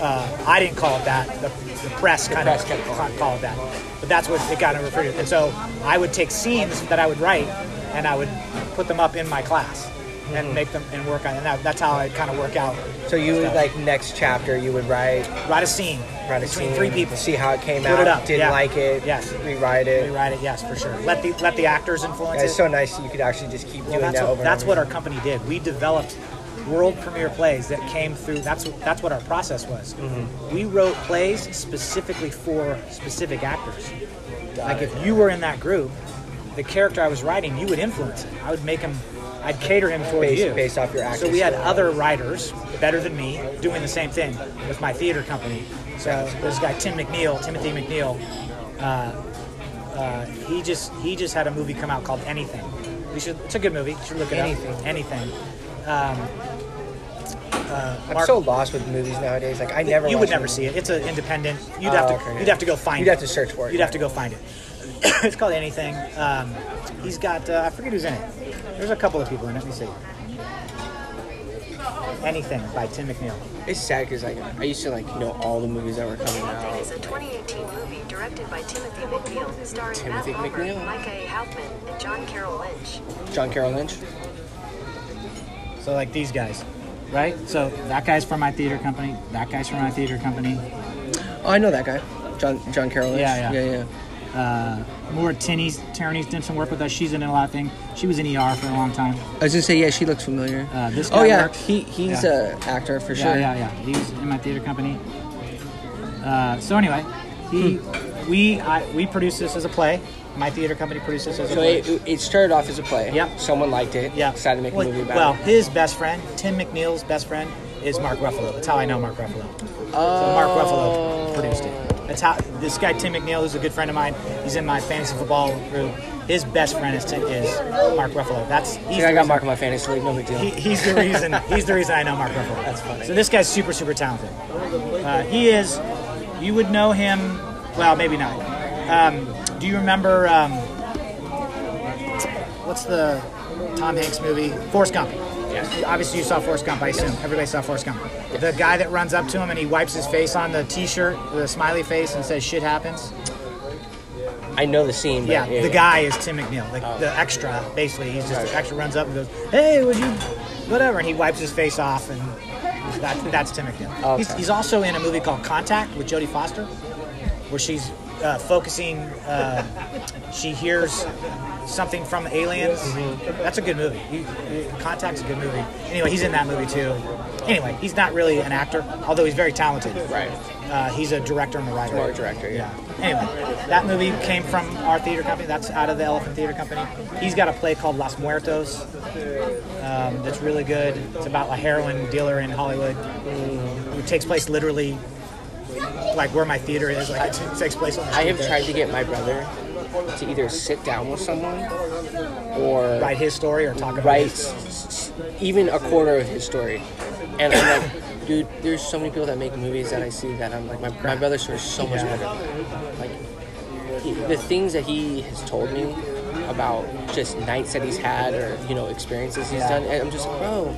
B: Uh, I didn't call it that. The, the press kind
C: press
B: of
C: kept calling
B: ca- call it that, but that's what it got referred to. And so I would take scenes that I would write, and I would put them up in my class. And make them and work on, and that, that's how I kind of work out
F: Mm-hmm. so you would like next chapter you would write
B: write a scene
F: write a
B: between
F: scene,
B: three people.
F: see how it came
B: Put
F: out,
B: it up,
F: didn't
B: yeah.
F: like it,
B: Yes.
F: rewrite it.
B: Rewrite it, yes, for sure. Let the let the actors influence
F: Yeah, it's
B: it.
F: so nice that you could actually just keep
B: well,
F: doing
B: that's
F: that
B: what,
F: over. and
B: that's
F: over.
B: what our company did. We developed world premiere plays that came through. That's what- that's what our process was.
F: Mm-hmm.
B: We wrote plays specifically for specific actors. like if you were in that group, the character I was writing, you would influence it. I would make him. I'd cater him toward
F: Based-
B: you
F: based off your
B: So
F: acting
B: we had
F: style.
B: other writers better than me doing the same thing with my theater company. So this guy Tim McNeil, Timothy McNeil, he just he just had a movie come out called Anything. You should. It's a good movie. You should look it up.
F: Anything.
B: Anything.
F: I'm
B: Mark-
F: so lost with movies nowadays. Like I never.
B: You would
F: watch
B: never
F: movies.
B: see it. It's an independent. You'd
F: Oh,
B: have to.
F: okay.
B: You'd have to go find.
F: You'd
B: it.
F: have to search for it,
B: You'd have
F: yeah.
B: to go find it. it's called Anything. Um, he's got. Uh, I forget who's in it. There's a couple of people in it. Let me see. Anything by Tim McNeil.
C: It's sad because like I used to like know all the movies that were coming
E: Something is
C: out.
E: a 2018 movie directed by Timothy McNeil, starring
C: Timothy
E: Matt Bomer,
C: McNeil.
E: Micah A. Hoffman, and John Carroll Lynch.
C: John Carroll Lynch.
B: So like these guys, right? So that guy's from my theater company. That guy's from my theater company.
C: Oh, I know that guy. John John Carroll Lynch.
B: Yeah, yeah.
C: yeah, yeah.
B: More Tinney's, Tierney's did some work with us. She's in a lot of things. She was in ER for a long time.
C: I was gonna say yeah. She looks familiar.
B: Uh, this
C: oh
B: guy
C: yeah,
B: works-
C: he he's
B: yeah.
C: a actor for
B: Yeah,
C: sure.
B: yeah, yeah. He was in my theater company. Uh, so anyway, he,
C: Hmm.
B: we, I, we produced this as a play. My theater company produced this as a
C: So
B: play.
C: it, it started off as a play.
B: Yep.
C: Someone liked it.
B: yeah.
C: Decided to make
B: well,
C: a movie about
B: Well,
C: it.
B: his best friend, Tim McNeil's best friend, is Mark Ruffalo. That's how I know Mark Ruffalo. So Mark
C: Oh.
B: Ruffalo produced it. That's how this guy Tim McNeil, who's a good friend of mine, he's in my fantasy football group. His best friend is, Tim, is Mark Ruffalo. That's he's
C: Yeah, I
B: the
C: got
B: reason-
C: Mark on my fantasy league. No big deal.
B: He, he's the reason. he's the reason I know Mark Ruffalo. That's
C: funny.
B: So this guy's super, super talented. Uh, he is. You would know him. Well, maybe not. Um, do you remember? Um, what's the Tom Hanks movie? Forrest Gump. Yes. Obviously, you saw Forrest Gump. I assume everybody saw Forrest Gump. The guy that runs up to him and he wipes his face on the T-shirt, the smiley face, and says "shit happens."
C: I know the scene. But Oh.
B: Yeah, the guy is Tim McNeil, like the extra. Basically, he's just the extra runs up and goes, "Hey, would you?" Whatever, and he wipes his face off, and that, that's Tim McNeil.
C: Okay.
B: He's, he's also in a movie called Contact with Jodie Foster, where she's uh, focusing. Uh, she hears something from the aliens.
C: Mm-hmm.
B: That's a good movie. He, he- Contact's a good movie. Anyway, he's in that movie too. Anyway, he's not really an actor, although he's very talented.
C: Right.
B: Uh, he's a director and a writer.
C: More director, yeah.
B: Anyway, that movie came from our theater company. That's out of the Elephant Theater Company. He's got a play called Los Muertos um, that's really good. It's about a heroin dealer in Hollywood. It takes place literally like where my theater is. Like it takes place on the
C: I
B: street
C: have
B: there.
C: tried to get my brother to either sit down with someone or
B: write his story or talk about
C: write
B: his-
C: s- s- even a quarter of his story. And I'm like, dude, there's so many people that make movies that I see that I'm like, my, my brother's story is so much
B: Yeah.
C: better. Like, he, the things that he has told me about just nights that he's had or, you know, experiences he's
B: Yeah.
C: done, and I'm just like, bro,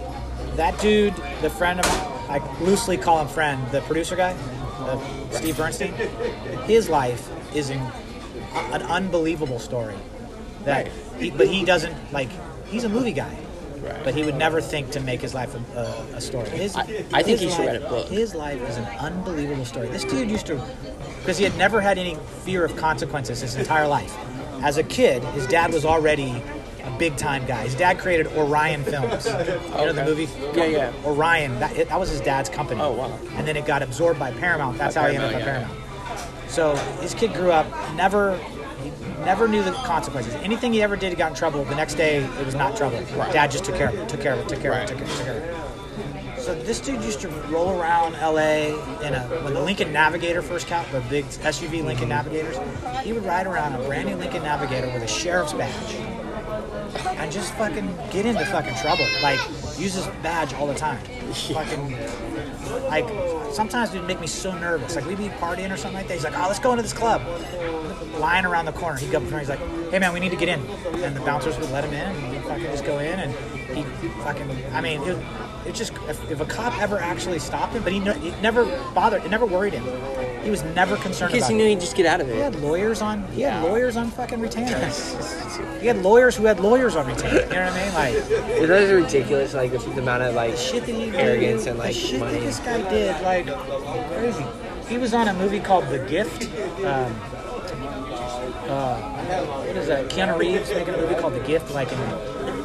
B: That dude, the friend of mine, I loosely call him friend, the producer guy, uh, Steve Bernstein, his life is in, an unbelievable story. That, he, but he doesn't like. He's a movie guy.
C: Right.
B: But he would never think to make his life a, a, a story. His,
C: I- I think
B: his
C: he should
B: life-
C: write a book.
B: His life is an unbelievable story. This dude used to, because he had never had any fear of consequences his entire life. As a kid, his dad was already a big time guy. His dad created Orion Films. You know the
C: Okay.
B: movie?
C: Yeah, yeah.
B: Orion. That, it, that was his dad's company.
C: Oh, wow.
B: And then it got absorbed by Paramount. That's
C: By
B: how he ended up at
C: Paramount,
B: Paramount. So his kid grew up, never, he never knew the consequences. Anything he ever did, he got in trouble. The next day, it was not trouble. Dad just took care of it, took care of it, took care of it, took care of it, took care of it. So this dude used to roll around LA in a when the Lincoln Navigator first came, out, the big SUV
C: Mm-hmm.
B: Lincoln Navigators. He would ride around a brand new Lincoln Navigator with a sheriff's badge, and just fucking get into fucking trouble. Like use his badge all the time. Fucking like sometimes it'd make me so nervous. Like we'd be partying or something like that. He's like, "Oh, let's go into this club." Lying around the corner, he'd go up in front. He's like, "Hey man, we need to get in." And the bouncers would let him in, and he'd fucking just go in, and he fucking. I mean, it, it just if, if a cop ever actually stopped him, but he, ne- it never bothered, it never worried him. He was never concerned.
C: Because
B: about
C: he
B: it.
C: knew he'd just get out of
B: He
C: it.
B: had lawyers on. He had lawyers on fucking retainer. he had lawyers who had lawyers on retainer. You know what I mean? Like.
F: Those are ridiculous. Like the, the amount of like
B: shit that he
F: arrogance and
B: the
F: like
B: shit
F: money.
B: that this guy did, like crazy. He was on a movie called The Gift. Um, uh, what is that? Keanu Reeves making a movie called The Gift, like in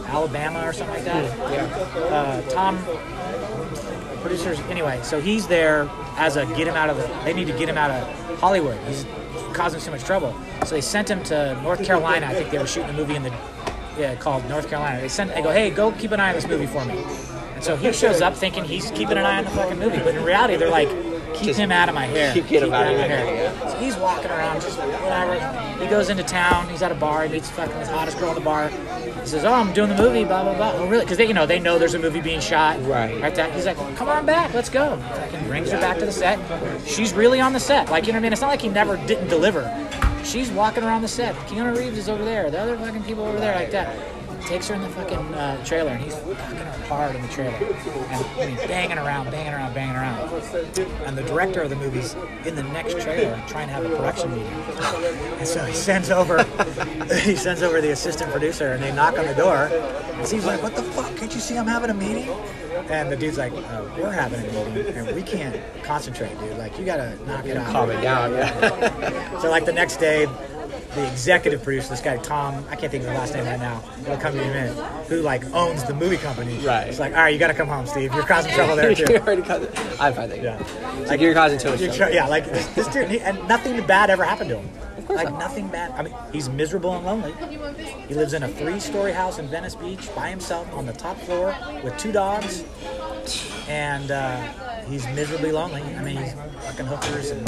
B: Alabama or something like that. Yeah. Uh, Tom, producers. Anyway, so he's there as a get him out of the. They need to get him out of Hollywood. He's causing so much trouble. So they sent him to North Carolina. I think they were shooting a movie in the yeah called North Carolina. They sent. They go, hey, go keep an eye on this movie for me. And so he shows up thinking he's keeping an eye on the fucking movie, but in reality, they're like, keep him out of my hair.
F: keep him out of my hair,
B: So he's walking around, just whatever. He goes into town. He's at a bar. He meets fucking this hottest girl in the bar. He says, "Oh, I'm doing the movie, blah blah blah." Oh, really? Because they, you know, they know there's a movie being shot.
F: Right.
B: Right. That he's like, "Come on back, let's go." Fucking brings her back to the set. She's really on the set. Like you know what I mean? It's not like he never didn't deliver. She's walking around the set. Keanu Reeves is over there. The other fucking people over there, like that. Takes her in the fucking uh, trailer, and he's fucking her hard in the trailer, and I mean, banging around, banging around, banging around and the director of the movie's in the next trailer trying to have a production meeting. and so he sends over he sends over the assistant producer and they knock on the door and he's like, What the fuck? Can't you see I'm having a meeting? And the dude's like, uh, we're having a meeting and we can't concentrate, dude. Like you gotta knock it out.
F: Calm it down. Yeah.
B: So like the next day, the executive producer, this guy Tom, I can't think of his last name right now. It'll come to me in a minute. Who like owns the movie company?
F: Right.
B: It's like, all right, you gotta come home, Steve. You're causing trouble there
F: you
B: too.
F: already caused it. I find that.
B: Yeah.
F: It's like you're causing too much.
B: You're
F: trouble.
B: tr- yeah, like this, this dude, he, and nothing bad ever happened to him. like nothing bad. I mean, he's miserable and lonely. He lives in a three-story house in Venice Beach by himself on the top floor with two dogs, and uh, he's miserably lonely. I mean, he's fucking hookers and.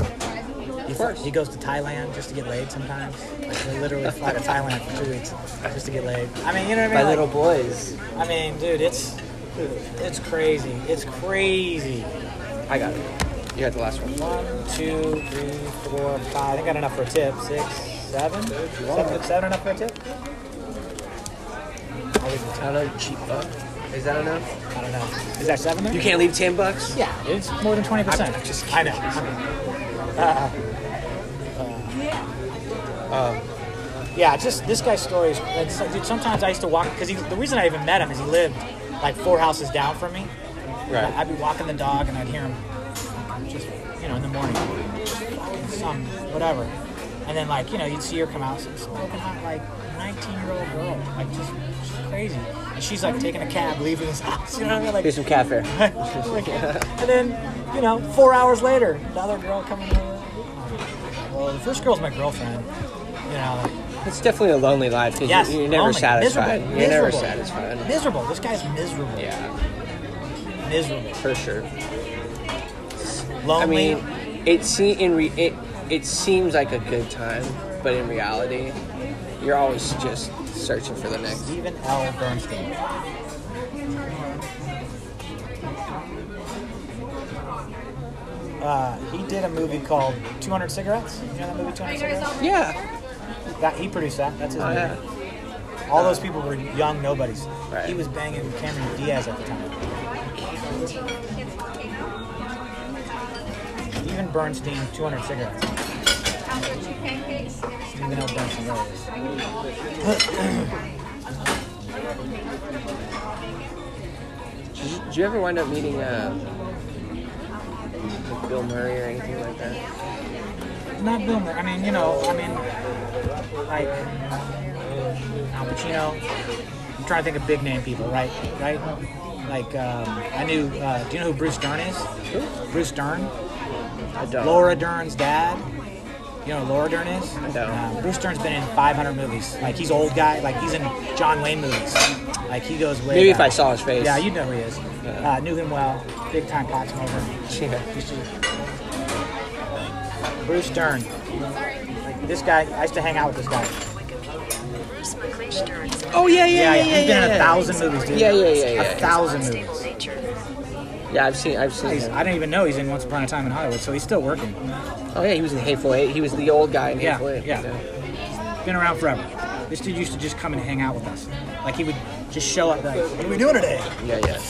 B: He, he goes to Thailand just to get laid sometimes. Like, he'll literally fly to Thailand for two weeks just to get laid. I mean, you know what I mean?
F: My
B: Like-
F: little boys.
B: I mean, dude, it's it's crazy. It's crazy.
F: I got it.
C: You had the last one.
B: One, two, three, four, five. I think I got enough for a tip. Six, seven. Seven, seven enough for a tip? I'll leave it.
F: I don't know. Cheap buck. Is that enough?
B: I don't know. Is that seven there?
F: You can't leave ten bucks.
B: Yeah, it's more than twenty percent.
F: I'm just
B: I know. Uh, uh, yeah, just this guy's story is. Like, so- dude, sometimes I used to walk because the reason I even met him is he lived like four houses down from me.
F: Right.
B: I'd be walking the dog and I'd hear him just you know in the morning, fucking some whatever, and then like you know you'd see her come out, some smoking hot like 19 year old girl, like just she's crazy, and she's like taking a cab leaving his house. You know what I mean? Like
F: Here's some cat fare.
B: and then, you know, four hours later, another girl coming over. Well, the first girl's my girlfriend. You know,
F: It's definitely a lonely life because
B: yes,
F: you're, never
B: lonely,
F: satisfied.
B: Miserable,
F: You're never
B: miserable,
F: satisfied.
B: Miserable. This guy's miserable.
F: Yeah,
B: Miserable.
F: for sure. I
B: Lonely.
F: mean, it see in re- it it seems like a good time, but in reality, you're always just searching for the next.
B: Even L. Bernstein. Uh, he did a movie called 200 Cigarettes. You know that movie, 200 Cigarettes?
F: Yeah,
B: That, he produced that. That's his
F: Oh,
B: movie.
F: yeah.
B: All those people were young nobodies.
F: Right.
B: He was banging Cameron Diaz at the time. Even Bernstein, 200 cigarettes. Even though Bernstein really is.
F: Did you, did you ever wind up meeting uh, like Bill Murray or anything like that?
B: Not Boomer. I mean, you know, I mean, like uh, Al Pacino. I'm trying to think of big name people, right? Right? Like, um, I knew. Uh, do you know who Bruce Dern is?
F: Who?
B: Bruce Dern,
F: I don't.
B: Laura Dern's dad. You know who Laura Dern is?
F: don't.
B: Um, Bruce Dern's been in 500 movies. Like he's old guy. Like he's in John Wayne movies. Like he goes way.
F: Maybe if
B: back.
F: I saw his face.
B: Yeah, you know who he is.
F: Yeah.
B: Uh, knew him well. Big time pot smoker.
F: Yeah.
B: Used to- Bruce Dern. Like, this guy, I used to hang out with this guy.
E: Wikipedia. Bruce McLeish Durant's
F: Oh yeah, yeah, yeah, yeah.
B: He's been in a thousand movies, dude.
F: Yeah, yeah, yeah, yeah,
B: A
F: yeah.
B: thousand
E: unstable
B: movies.
E: nature.
F: Yeah, I've seen, I've seen.
B: He's,
F: him.
B: I didn't even know he's in Once Upon a Time in Hollywood, so he's still working.
F: Oh yeah, he was in Hateful Eight. He was the old guy in
B: Yeah,
F: Hateful Eight.
B: yeah. Been around forever. This dude used to just come and hang out with us. Like he would just show up, like, "What are we doing today?"
F: yeah, yeah.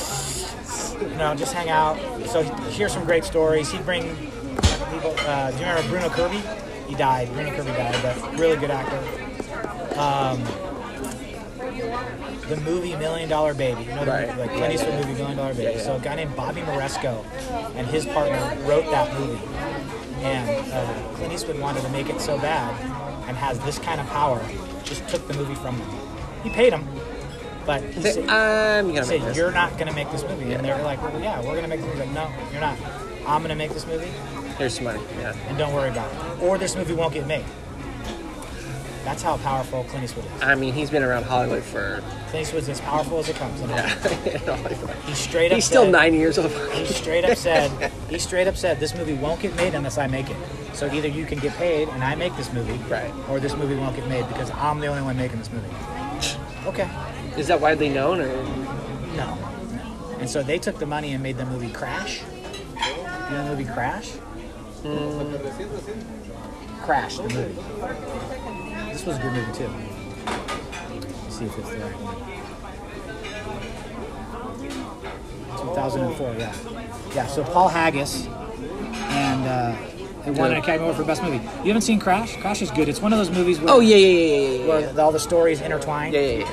B: You know, just hang out. So hear some great stories. He'd bring people. Uh, do you remember Bruno Kirby? He died. Bruno Kirby died, but really good actor. Um, the movie Million Dollar Baby, you know, the
F: Right.
B: movie, like Clint Eastwood movie Million Dollar Baby.
F: Yeah, yeah.
B: So a guy named Bobby Moresco and his partner wrote that movie, and uh, Clint Eastwood wanted to make it so bad, and has this kind of power, just took the movie from him. He paid him, but he
F: Say,
B: said-
F: I'm gonna
B: say
F: make this.
B: you're not gonna make this movie, and they're like, well, yeah, we're gonna make this movie. Like, no, you're not. I'm gonna make this movie,
F: Here's some money. Yeah.
B: and don't worry about it. Or this movie won't get made. That's how powerful Clint Eastwood is.
F: I mean, he's been around Hollywood for
B: Clint Eastwood's as powerful as it comes. And
F: yeah.
B: He straight up.
F: he's still
B: said-
F: ninety years old.
B: He straight up said. He straight up said this movie won't get made unless I make it. So either you can get paid and I make this movie,
F: Right.
B: Or this movie won't get made because I'm the only one making this movie. Okay.
F: Is that widely known or?
B: No. And so they took the money and made the movie Crash. You know the movie Crash?
F: Mm.
B: Crash, the movie. This was a good movie too. Let's see if it's the right one. 2004, yeah. Yeah, so Paul Haggis and uh, it won an Academy Award for Best Movie. You haven't seen Crash? Crash is good. It's one of those movies where,
F: Oh yeah, yeah, yeah, yeah, yeah,
B: where all the stories intertwine.
F: yeah, yeah, yeah.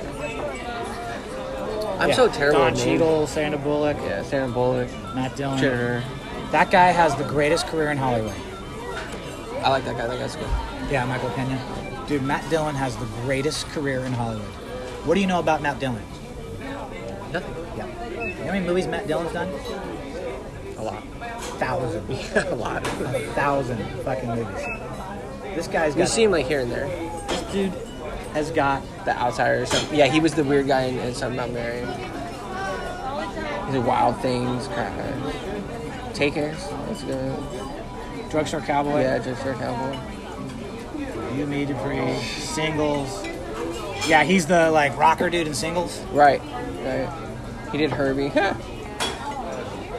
F: I'm
B: Yeah.
F: so terrible.
B: Don
F: at names.
B: Cheadle, Sandra Bullock,
F: Yeah, Sandra Bullock,
B: Matt Dillon.
F: Cheddar.
B: That guy has the greatest career in Hollywood.
F: I like that guy. That guy's good.
B: Yeah, Michael Pena. Dude, Matt Dillon has the greatest career in Hollywood. What do you know about Matt Dillon?
F: Nothing.
B: Yeah. You know how many movies Matt Dillon's done?
F: A lot.
B: Thousand.
F: Yeah, a lot.
B: A thousand fucking movies. This guy's got.
F: You see him like here and there.
B: this dude has got.
F: The outsider or something. Yeah, he was the weird guy in, in something about Mary. He's a wild things kind of. Takers. That's good.
B: Drugstore Cowboy.
F: Yeah, just for cowboy.
B: You, me, Dupree. Singles. Yeah, he's the like rocker dude in singles.
F: Right. Right. He did Herbie.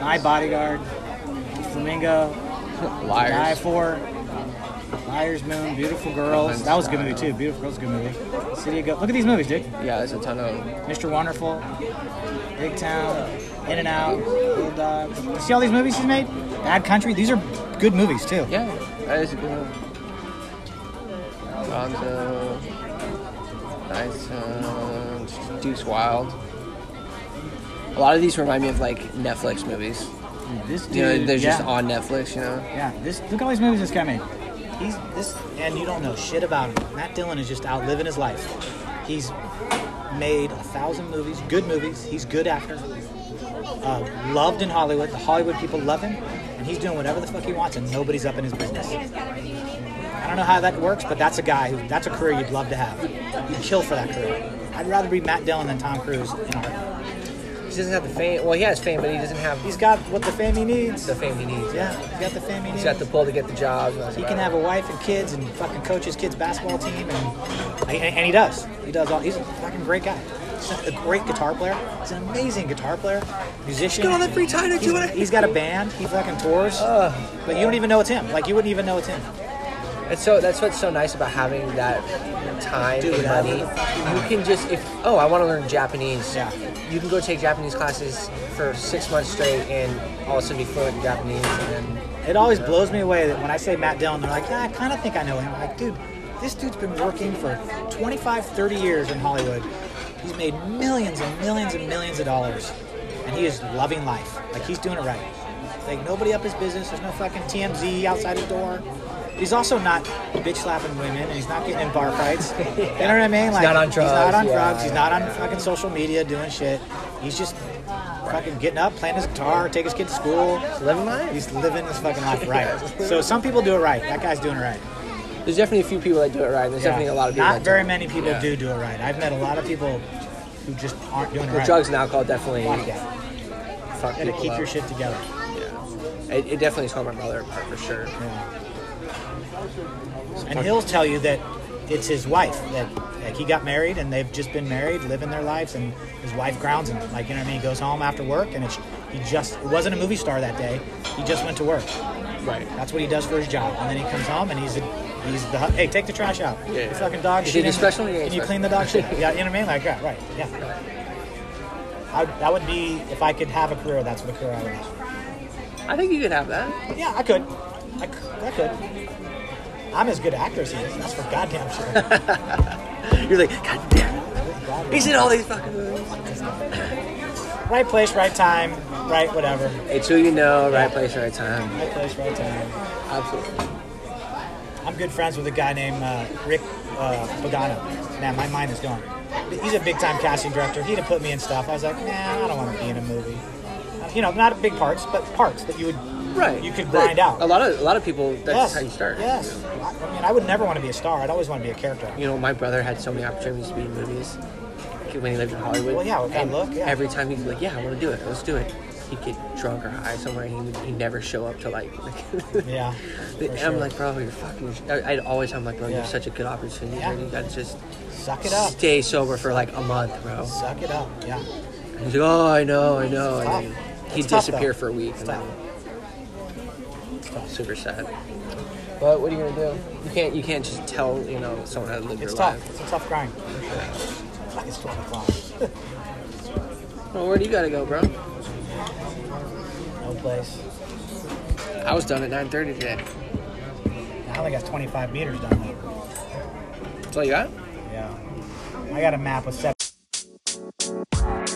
B: My bodyguard. Flamingo. Die
F: Liars.
B: for. Liar's Moon, Beautiful Girls. That was a good movie too. Beautiful Girls, is a good movie. City of God. Look at these movies, dude.
F: Yeah, there's a ton of them.
B: Mr. Wonderful, Big Town, In and Out, Little Dog. See all these movies he's made? Bad Country. These are good movies too.
F: Yeah, that is a good one. Gonzo. Nice. Uh, Deuce Wild. A lot of these remind me of like Netflix movies.
B: This dude.
F: You know, they're
B: yeah.
F: just on Netflix, you know?
B: Yeah. This. Look at all these movies this guy made. He's this, and you don't know shit about him. Matt Dillon is just out living his life. He's made a thousand movies, good movies. He's good actor. Uh, loved in Hollywood. The Hollywood people love him, and he's doing whatever the fuck he wants, and nobody's up in his business. I don't know how that works, but that's a guy who that's a career you'd love to have. You'd kill for that career. I'd rather be Matt Dillon than Tom Cruise in art.
F: He doesn't have the fame. Well, he has fame, but he doesn't have
B: He's got what the fame he E needs.
F: the fame he needs.
B: Yeah, he's got the fame he E needs.
F: He's got the pull to get the jobs. and that's
B: he
F: about
B: can
F: it.
B: have a wife and kids and fucking coach his kids' basketball team, and and, and he does. He does all. He's a fucking great guy. He's a great guitar player. He's an amazing guitar player, musician.
F: Got all that free time to do
B: He's-
F: it.
B: He's got a band. He fucking tours. but you don't even know it's him. Like you wouldn't even know it's him.
F: And so that's what's so nice about having that time
B: Do
F: and
B: whatever
F: money.
B: the
F: You can just if oh I want to learn Japanese.
B: Yeah.
F: You can go take Japanese classes for six months straight and all of a sudden be fluent in Japanese and then
B: It always blows me away that when I say Matt Dillon, they're like, yeah, I kind of think I know him. I'm like, dude, this dude's been working for 25, 30 years in Hollywood. He's made millions and millions and millions of dollars, and he is loving life. Like he's doing it right. Like nobody up his business. There's no fucking TMZ outside his door. He's also not bitch slapping women, and he's not getting in bar fights. You know what I mean? Like
C: not on
B: He's not
C: drugs,
B: on
C: yeah.
B: drugs. He's not on fucking social media doing shit. He's just fucking getting up, playing his guitar, take his kid to school.
C: Living life.
B: He's living his fucking life right. So some people do it right. That guy's doing it right.
C: There's definitely a few people that do it right. and There's definitely a lot of people.
B: Not
C: that
B: very
C: do
B: many people do do it right. I've met a lot of people who just aren't doing it
C: It. With
B: right.
C: drugs and alcohol, definitely.
B: Fuck yeah.
C: Fuck
B: Gotta
C: people
B: keep
C: up.
B: your shit together.
C: It, it definitely tore my brother apart for sure.
B: Yeah. And he'll tell you that it's his wife that like he got married and they've just been married, living their lives, and his wife grounds him. Like you know what I mean? He goes home after work and it's he just it wasn't a movie star that day. He just went to work.
C: Right.
B: That's what he does for his job. And then he comes home and he's a, he's the hu- hey, take the trash out.
C: Yeah.
B: The fucking dog
C: Is
B: shit.
C: it
B: in-
C: special? Yeah,
B: Can
C: it's
B: you clean the
C: special.
B: dog shit? yeah, you know what I mean? Like yeah, right. Yeah. I, that would be if I could have a career. That's what a career I would have.
C: I think you could have that.
B: Yeah, I could. I, c- I could. I'm as good an actor as he is. That's for goddamn sure.
C: You're like, God damn it. He's in all these fucking movies.
B: right place, right time, right whatever.
C: It's who you know, right place, right time.
B: Right place, right time.
C: Absolutely.
B: I'm good friends with a guy named uh, Rick uh, Pagano. Man, my mind is going. He's a big time casting director. He'd have put me in stuff. I was like, nah, I don't want to be in a movie. You know, not big parts, but parts that you would
C: Right.
B: you could
C: Like,
B: grind out.
C: A lot of a lot of people. That's
B: yes.
C: how you start.
B: Yes. I, I mean, I would never want to be a star. I'd always want to be a character.
C: You know, my brother had so many opportunities to be in movies when he lived in Hollywood.
B: Well, yeah, with that
C: And
B: look, yeah.
C: Every time he'd be like, "Yeah, I want to do it. Let's do it." He'd get drunk or high somewhere. And he would he'd never show up to like.
B: Yeah. for
C: And
B: sure.
C: I'm like, bro, you're fucking. I- I'd always, I'm like, bro,
B: Yeah.
C: you're such a good opportunity.
B: Yeah.
C: here. You gotta just
B: suck it up.
C: stay sober for like a month, bro.
B: Suck it up. Yeah.
C: And he's like, oh, I know, I know.
B: It's tough.
C: And then he'd
B: It's tough,
C: disappear
B: though.
C: for a week.
B: It's
C: And then
B: tough.
C: super sad. But what are you gonna do? You can't, you can't just tell, you know, someone how to live
B: It's
C: their
B: tough.
C: life.
B: It's a tough grind. Fuck, It's 12 o'clock.
C: Well, where do you gotta go, bro?
B: No place.
C: I was done at 9:30 today.
B: I only got 25 meters done. though.
C: That's all you got?
B: Yeah. I got a map with seven.